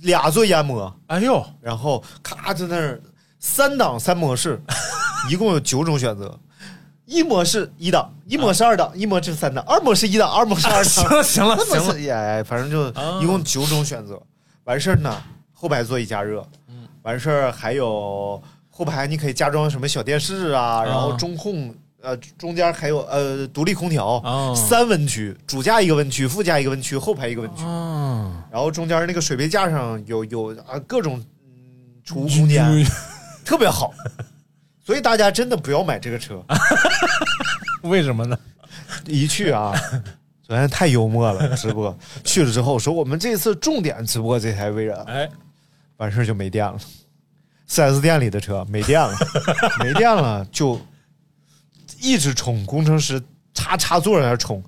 [SPEAKER 5] 俩座研磨，[LAUGHS]
[SPEAKER 6] 哎呦，
[SPEAKER 5] 然后咔在那儿三档三模
[SPEAKER 6] [LAUGHS]
[SPEAKER 5] 式，一共有九种选择。一模式一档，一模式二档，一模式三档，二模式一档，二模式二档。
[SPEAKER 6] [LAUGHS] 行了行了
[SPEAKER 5] [LAUGHS] 那
[SPEAKER 6] 行
[SPEAKER 5] 么
[SPEAKER 6] 了，啊
[SPEAKER 5] 是哎，反正就一共九种选择。完事儿呢，后排座椅加热，
[SPEAKER 6] 嗯
[SPEAKER 5] 完事儿还有后排你可以加装什么小电视啊，然后中控呃中间还有呃独立空调，
[SPEAKER 6] 哦
[SPEAKER 5] 三温区，主驾一个温区，副驾一个温区，后排一个温区，
[SPEAKER 6] 嗯，
[SPEAKER 5] 然后中间那个水杯架上有有啊各种嗯储物空间，特别好。 [LAUGHS] 所以大家真的不要买这个车，
[SPEAKER 6] 为什么呢？
[SPEAKER 5] 一去啊，昨天太幽默了，直播去了之后说我们这次重点直播这台威然，
[SPEAKER 6] 哎，
[SPEAKER 5] 完事儿就没电了。4S 店里的车没电了，没电了就一直充，工程师插插座在那儿充，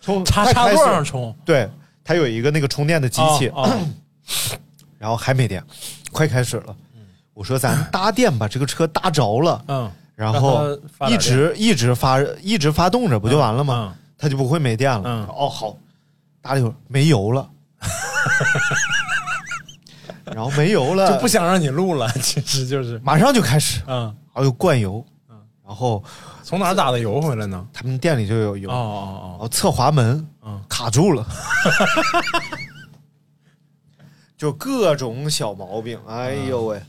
[SPEAKER 5] 充
[SPEAKER 6] 插
[SPEAKER 5] 快
[SPEAKER 6] 插
[SPEAKER 5] 开
[SPEAKER 6] 座
[SPEAKER 5] 始
[SPEAKER 6] 上充
[SPEAKER 5] 对，它有一个那个充电的机器，
[SPEAKER 6] 哦哦
[SPEAKER 5] 然后还没电，快开始了。我说咱搭电把这个车搭着了，
[SPEAKER 6] [COUGHS] 嗯，
[SPEAKER 5] 然后
[SPEAKER 6] 让它发
[SPEAKER 5] 一
[SPEAKER 6] 点
[SPEAKER 5] 直一直发一直发动着，不就完了吗？
[SPEAKER 6] 嗯
[SPEAKER 5] 它就不会没电了。
[SPEAKER 6] 嗯
[SPEAKER 5] 哦，好，搭了一会儿没油
[SPEAKER 6] [LAUGHS]
[SPEAKER 5] 了，然后没油了
[SPEAKER 6] 就不想让你录了，其实就是，
[SPEAKER 5] 马上就开始，
[SPEAKER 6] 嗯，
[SPEAKER 5] 然后又灌油，然后
[SPEAKER 6] 从哪儿打的油回来呢？
[SPEAKER 5] 他们店里就有油，
[SPEAKER 6] 哦
[SPEAKER 5] 然
[SPEAKER 6] 哦
[SPEAKER 5] 后侧滑门
[SPEAKER 6] 嗯
[SPEAKER 5] 卡住
[SPEAKER 6] [LAUGHS]
[SPEAKER 5] 了。就各种小毛病，哎呦喂！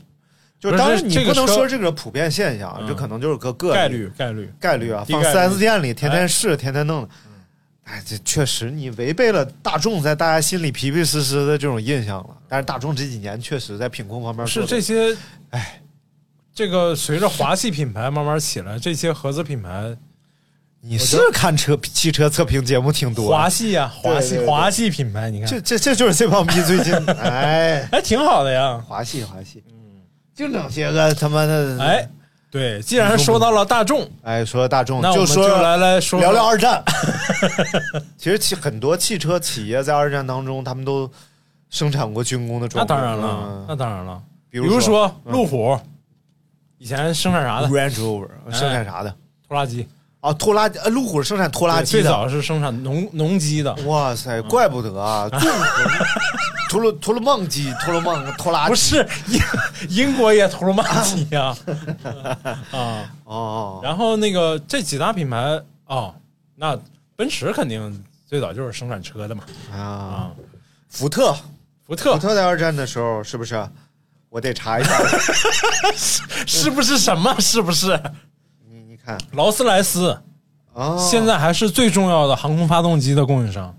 [SPEAKER 5] 就
[SPEAKER 6] 嗯不是
[SPEAKER 5] 当然
[SPEAKER 6] 这
[SPEAKER 5] 你
[SPEAKER 6] 这
[SPEAKER 5] 不
[SPEAKER 6] 个
[SPEAKER 5] 能
[SPEAKER 6] 车
[SPEAKER 5] 说这个普遍现象，这可能就是个
[SPEAKER 6] 哦，
[SPEAKER 5] 个
[SPEAKER 6] 概率概率，
[SPEAKER 5] 概率啊，
[SPEAKER 6] 嗯低
[SPEAKER 5] 放
[SPEAKER 6] 概
[SPEAKER 5] 四
[SPEAKER 6] 率嗯
[SPEAKER 5] S 店里天天试，天天弄。哎，这确实你违背了大众在大家心里皮皮实实的这种印象了。但是大众这几年确实在品控方面
[SPEAKER 6] 是
[SPEAKER 5] 做得
[SPEAKER 6] 这些，哎，这个随着华系品牌慢慢起来，这些合资品牌，
[SPEAKER 5] 你是看车汽车测评节目挺多
[SPEAKER 6] 华
[SPEAKER 5] 的，
[SPEAKER 6] 系啊，华系
[SPEAKER 5] 对对对
[SPEAKER 6] 华系品牌，你看
[SPEAKER 5] 这，这这就是这帮逼最
[SPEAKER 6] [LAUGHS]
[SPEAKER 5] 近哎，
[SPEAKER 6] 哎，挺好的呀，
[SPEAKER 5] 华系华系，就整些个他妈的
[SPEAKER 6] 嗯哎，对，既然说到了大众，
[SPEAKER 5] 哎说大众
[SPEAKER 6] 那我们
[SPEAKER 5] 说
[SPEAKER 6] 来来说
[SPEAKER 5] 聊聊，二战。 [LAUGHS] 其实汽很多汽车企业在二战当中，他们都生产过军工的装
[SPEAKER 6] 那
[SPEAKER 5] 备，
[SPEAKER 6] 当然了，那
[SPEAKER 5] 嗯
[SPEAKER 6] 当然了，
[SPEAKER 5] 比
[SPEAKER 6] 比
[SPEAKER 5] 如
[SPEAKER 6] 如
[SPEAKER 5] 说嗯
[SPEAKER 6] 说路虎，以前生产啥的，哎
[SPEAKER 5] Range Rover 生产啥的。
[SPEAKER 6] 拖拉机，
[SPEAKER 5] 啊，拖拉呃，路虎是生产拖拉机
[SPEAKER 6] 最
[SPEAKER 5] 的。
[SPEAKER 6] 早嗯是生产农农机的，
[SPEAKER 5] 哇塞，怪不得
[SPEAKER 6] [LAUGHS]
[SPEAKER 5] 啊！纵横图鲁图鲁梦机、图鲁梦拖拉机
[SPEAKER 6] 不是英英国也图鲁曼机
[SPEAKER 5] [LAUGHS]
[SPEAKER 6] 呀啊。
[SPEAKER 5] 哦，
[SPEAKER 6] 然后那个这几大品牌哦，那奔驰肯定最早就是生产车的嘛
[SPEAKER 5] 啊，
[SPEAKER 6] 啊，
[SPEAKER 5] 福特，
[SPEAKER 6] 福特
[SPEAKER 5] 福特在二战的时候是不是？我得查
[SPEAKER 6] [LAUGHS]
[SPEAKER 5] 一下，
[SPEAKER 6] 是不是什么？是不是
[SPEAKER 5] 你你看
[SPEAKER 6] 劳斯莱斯？
[SPEAKER 5] 啊，
[SPEAKER 6] 现在还是最重要的航空发动机的供应商。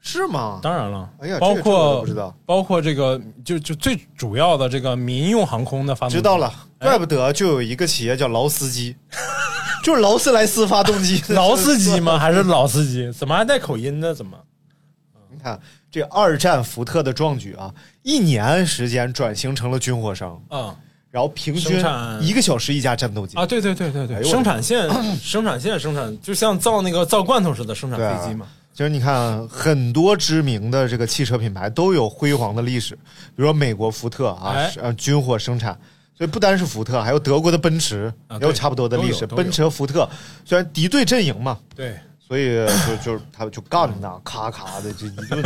[SPEAKER 5] 是吗？
[SPEAKER 6] 当然了，
[SPEAKER 5] 哎呀，这
[SPEAKER 6] 包
[SPEAKER 5] 个这个我都
[SPEAKER 6] 括
[SPEAKER 5] 不知道，
[SPEAKER 6] 包括这个就就最主要的这个民用航空的发动机。
[SPEAKER 5] 知道了，
[SPEAKER 6] 哎
[SPEAKER 5] 怪不得就有一个企业叫劳斯基， [LAUGHS] 就是劳斯莱斯发动机，
[SPEAKER 6] [LAUGHS] 劳斯基吗？还是老司机？怎么还带口音呢？怎么？
[SPEAKER 5] [LAUGHS] 你看这二战福特的壮举啊，一年时间转型成了军火商，
[SPEAKER 6] 啊、
[SPEAKER 5] 然后平均
[SPEAKER 6] 生产
[SPEAKER 5] 一个小时一架战斗机
[SPEAKER 6] 啊！对对对对
[SPEAKER 5] 哎
[SPEAKER 6] 对，
[SPEAKER 5] 呦
[SPEAKER 6] 生产线 [CLEARS THROAT] 生产线生产，就像造那个造罐头似的生产
[SPEAKER 5] 对啊
[SPEAKER 6] 飞机嘛。
[SPEAKER 5] 就是你看，很多知名的这个汽车品牌都有辉煌的历史，比如说美国福特啊
[SPEAKER 6] 哎，
[SPEAKER 5] 呃、军火生产，所以不单是福特，还有德国的奔驰
[SPEAKER 6] 啊
[SPEAKER 5] 也
[SPEAKER 6] 对
[SPEAKER 5] 有差不多的历史。
[SPEAKER 6] 都有都有
[SPEAKER 5] 奔驰、和福特虽然敌对阵营嘛，
[SPEAKER 6] 对，
[SPEAKER 5] 所以就就是他们就干呐，咔咔的就一顿，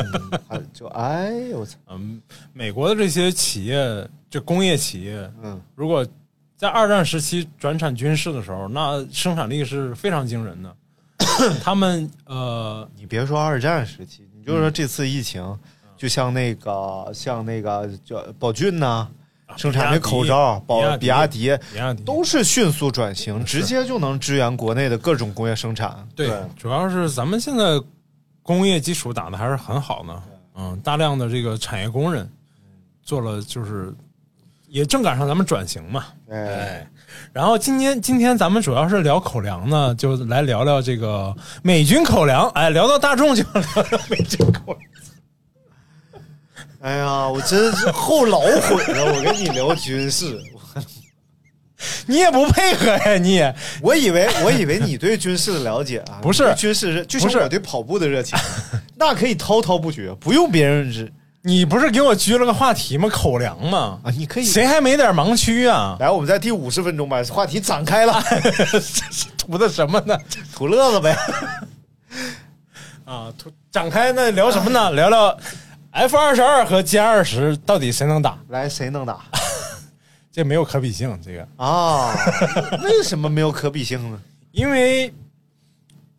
[SPEAKER 5] 啊就哎呦我操，
[SPEAKER 6] 嗯，美国的这些企业，就工业企业，
[SPEAKER 5] 嗯，
[SPEAKER 6] 如果在二战时期转产军事的时候，那生产力是非常惊
[SPEAKER 5] [COUGHS]
[SPEAKER 6] 人的。他们呃，
[SPEAKER 5] 你别说二战时期，你就说这次疫情，就像那个像那个叫宝骏呐、
[SPEAKER 6] 啊
[SPEAKER 5] 生产那口罩，宝比
[SPEAKER 6] 比
[SPEAKER 5] 亚
[SPEAKER 6] 亚
[SPEAKER 5] 迪。
[SPEAKER 6] 比亚迪
[SPEAKER 5] 都是迅速转型，直接就能支援国内的各种工业生产。
[SPEAKER 6] 对，主要是咱们现在工业基础打的还是很好呢。嗯，大量的这个产业工人做了，就是也正赶上咱们转型嘛。
[SPEAKER 5] 哎，
[SPEAKER 6] 哎，然后今天今天咱们主要是聊口粮呢，就来聊聊这个美军口粮。哎，聊到大众就聊聊美军口粮。
[SPEAKER 5] 哎呀，我真是后老悔了。我跟你聊军事，
[SPEAKER 6] 你也不配合呀、你也
[SPEAKER 5] 我以为我以为你对军事的了解啊，
[SPEAKER 6] 不是
[SPEAKER 5] 你对军事热就
[SPEAKER 6] 不是
[SPEAKER 5] 像我对跑步的热情， [LAUGHS] 那可以滔滔不绝，不用别人指
[SPEAKER 6] 你不是给我拘了个话题吗？口粮吗？
[SPEAKER 5] 啊。你可以
[SPEAKER 6] 谁还没点盲区啊？
[SPEAKER 5] 来，我们在第五十分钟把话题展开 [LAUGHS] 了，
[SPEAKER 6] 图的什么呢？
[SPEAKER 5] 图乐子呗。
[SPEAKER 6] 啊，图展开那聊什么呢？聊聊 F 二十二和歼二十到底谁能打？
[SPEAKER 5] 来，谁能打
[SPEAKER 6] 这没有可比性，这个
[SPEAKER 5] 啊？ [LAUGHS] 为什么没有可比性呢？
[SPEAKER 6] 因为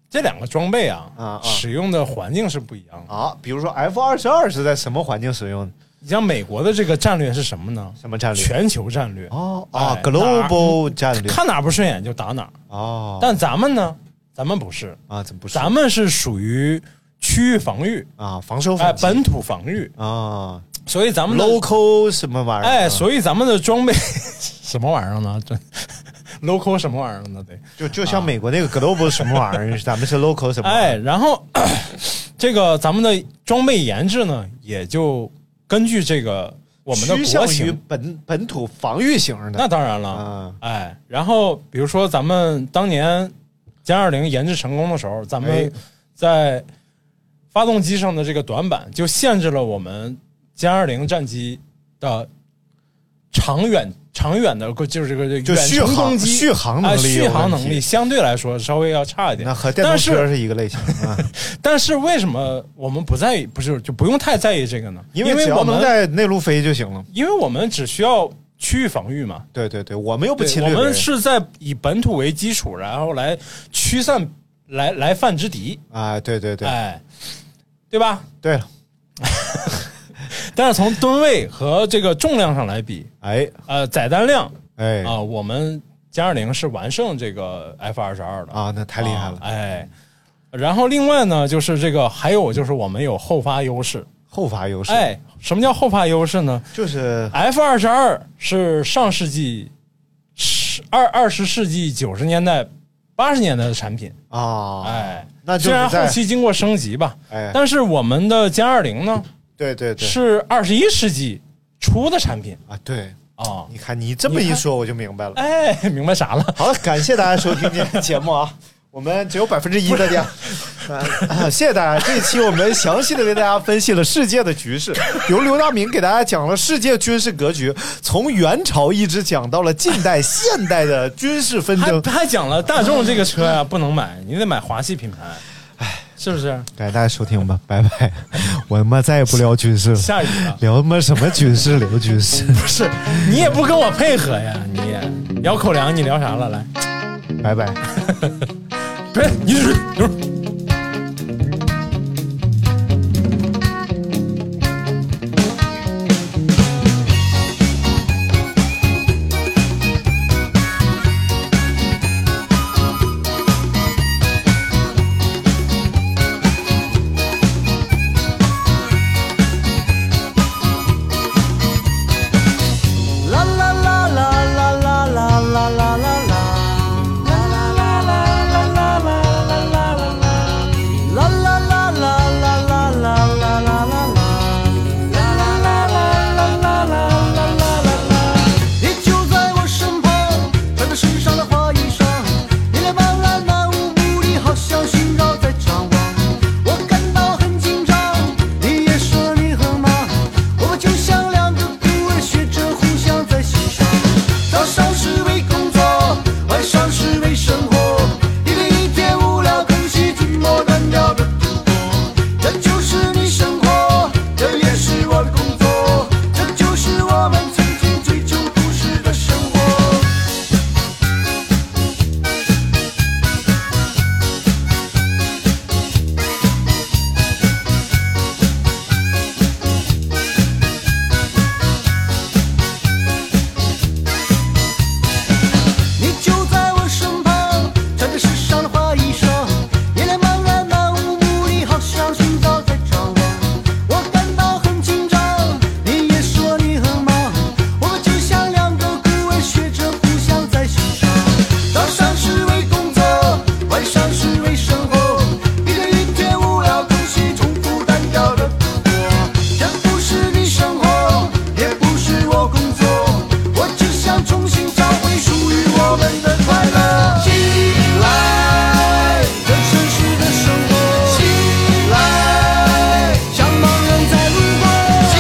[SPEAKER 6] 这两个装备啊，
[SPEAKER 5] 啊啊
[SPEAKER 6] 使用的环境是不一样的。
[SPEAKER 5] 啊，比如说 F 二十二是在什么环境使用的？
[SPEAKER 6] 你像美国的这个战略是什么呢？
[SPEAKER 5] 什么战略？
[SPEAKER 6] 全球战略
[SPEAKER 5] 哦啊
[SPEAKER 6] 哎
[SPEAKER 5] ，global 战略
[SPEAKER 6] 看哪不顺眼就打哪儿。
[SPEAKER 5] 哦，
[SPEAKER 6] 但咱们呢？咱们不是，
[SPEAKER 5] 啊，怎么不是？
[SPEAKER 6] 咱们是属于区域防御，
[SPEAKER 5] 啊，防守
[SPEAKER 6] 哎，
[SPEAKER 5] 反击
[SPEAKER 6] 本土防御，
[SPEAKER 5] 啊
[SPEAKER 6] 所以咱们的
[SPEAKER 5] ，local 什么玩意儿？啊
[SPEAKER 6] 哎，所以咱们的装备 [LAUGHS] 什么玩意儿呢？这 [LAUGHS] local 什么玩意儿呢？得
[SPEAKER 5] 就就像美国那个 global 什么玩意儿，咱们是 local 什么玩意
[SPEAKER 6] 啊哎，
[SPEAKER 5] 儿？
[SPEAKER 6] 然后 [COUGHS] 这个咱们的装备研制呢，也就根据这个我们的
[SPEAKER 5] 趋
[SPEAKER 6] 国
[SPEAKER 5] 向于
[SPEAKER 6] 情。
[SPEAKER 5] 本本土防御型的。
[SPEAKER 6] 那当然了，
[SPEAKER 5] 啊
[SPEAKER 6] 哎，然后比如说咱们当年歼二零研制成功的时候，咱
[SPEAKER 5] 哎
[SPEAKER 6] 们在发动机上的这个短板就限制了我们歼二零战机的长远长远的就是这个这
[SPEAKER 5] 就
[SPEAKER 6] 远
[SPEAKER 5] 续
[SPEAKER 6] 程
[SPEAKER 5] 航
[SPEAKER 6] 攻击
[SPEAKER 5] 续航能
[SPEAKER 6] 啊
[SPEAKER 5] 力有
[SPEAKER 6] 续航
[SPEAKER 5] 问
[SPEAKER 6] 能
[SPEAKER 5] 题
[SPEAKER 6] 力相对来说稍微要差一点。
[SPEAKER 5] 那和电动
[SPEAKER 6] 但是
[SPEAKER 5] 车是一个类型
[SPEAKER 6] [LAUGHS]
[SPEAKER 5] 啊，
[SPEAKER 6] 但是为什么我们不在意？不是就不用太在意这个呢？
[SPEAKER 5] 因
[SPEAKER 6] 因
[SPEAKER 5] 为只要
[SPEAKER 6] 我
[SPEAKER 5] 能
[SPEAKER 6] 们
[SPEAKER 5] 在内陆飞就行了。
[SPEAKER 6] 因为我们只需要区域防御嘛，
[SPEAKER 5] 对对对，我们又不
[SPEAKER 6] 对
[SPEAKER 5] 侵
[SPEAKER 6] 我
[SPEAKER 5] 略别人。
[SPEAKER 6] 们是在以本土为基础，然后来驱散来来犯之敌，
[SPEAKER 5] 啊，对对对
[SPEAKER 6] 哎，对吧？
[SPEAKER 5] 对了，
[SPEAKER 6] 但是从吨位和这个重量上来比，
[SPEAKER 5] 哎
[SPEAKER 6] 呃，载弹量
[SPEAKER 5] 哎
[SPEAKER 6] 啊、我们歼二零是完胜这个 F 二十二的，
[SPEAKER 5] 啊，那太厉害了
[SPEAKER 6] 啊，哎。然后另外呢，就是这个还有就是我们有后发优势，
[SPEAKER 5] 后发优势，
[SPEAKER 6] 哎，什么叫后发优势呢？
[SPEAKER 5] 就是。
[SPEAKER 6] F 二十二是上世纪十二二十世纪九十年代八十年代的产品，
[SPEAKER 5] 啊，
[SPEAKER 6] 哎，
[SPEAKER 5] 那就是
[SPEAKER 6] 虽然
[SPEAKER 5] 在
[SPEAKER 6] 后期经过升级吧，
[SPEAKER 5] 哎
[SPEAKER 6] 但是我们的歼二零呢
[SPEAKER 5] 对对对，
[SPEAKER 6] 是二十一世纪初的产品
[SPEAKER 5] 啊，对，
[SPEAKER 6] 啊，
[SPEAKER 5] 你看你这么
[SPEAKER 6] 你
[SPEAKER 5] 一
[SPEAKER 6] 看
[SPEAKER 5] 说，我就明白了。 [LAUGHS]
[SPEAKER 6] 哎，明白啥了？
[SPEAKER 5] 好了，感谢大家收听今天的节目啊！ [LAUGHS] 我们只有百分之一的
[SPEAKER 6] [LAUGHS]
[SPEAKER 5] 量。啊，谢谢大家！这一期我们详细的为大家分析了世界的局势，由刘大明给大家讲了世界军事格局，从元朝一直讲到了近代、现代的军事纷
[SPEAKER 6] 还
[SPEAKER 5] 争。
[SPEAKER 6] 还讲了大众这个车呀、不能买，你得买华系品牌，哎，是不是？
[SPEAKER 5] 感谢大家收听吧，拜拜！我他妈再也不聊军事了，
[SPEAKER 6] 下雨了
[SPEAKER 5] 聊他妈什么军事？聊军
[SPEAKER 6] [LAUGHS]
[SPEAKER 5] 事，不是，
[SPEAKER 6] 你也不跟我配合呀，你也聊口粮，你聊啥了？来，
[SPEAKER 5] 拜拜。
[SPEAKER 6] 别，你是你是
[SPEAKER 8] 你就在我身旁，穿着时尚的花衣裳，你脸茫然漫无目的，好像寻找在张望。我感到很紧张，你也说你很忙，我们就像两个孤儿学着互相在欣赏。早上是为工作，晚上是为生活，一天一天无聊、空虚、寂寞、单调的度过。这就是你生活，这也是我的工作，这就是我们曾经追求故事的生活。你就在我身旁，穿着时尚的花衣裳，你脸茫然漫无目的，好像寻找在张望。我感到很紧张，你也说你很忙，我们就像两个孤儿学着互相在欣赏。早上是为工作，晚上是为生活，一天一天无聊、空虚、重复、单调的度过。这不是你生活，也不是我工作，我只想重新找回属于我们的快乐。起来，这城市的生活。起来，像盲人在路过。起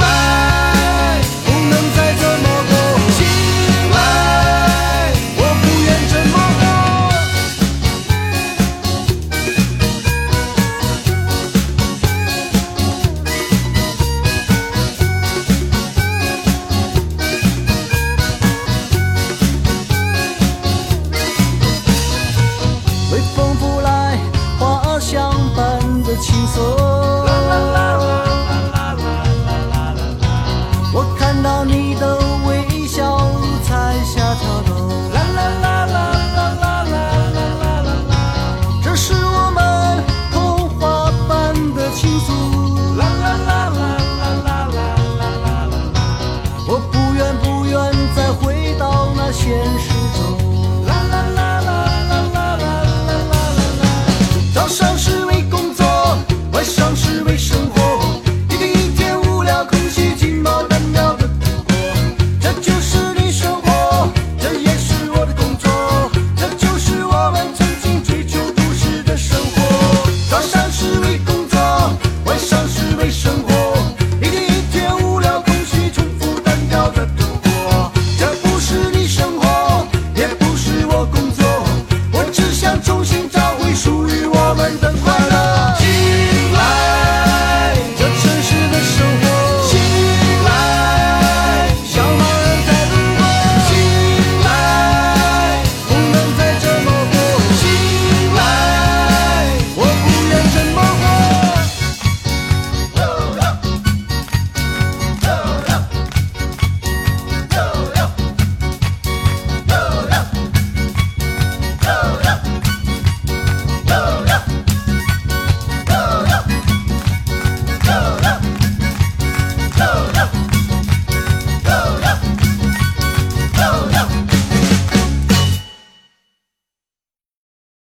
[SPEAKER 8] 来，不能再这么过。起来，我不愿这么活。微风拂来，花儿香伴着轻松。我看到你的微笑在下跳动。这是我们童话般的情愫。我不愿不愿再回到那现实中。啦啦啦啦啦啦啦啦啦啦啦。早上是为工作，晚上是为生活，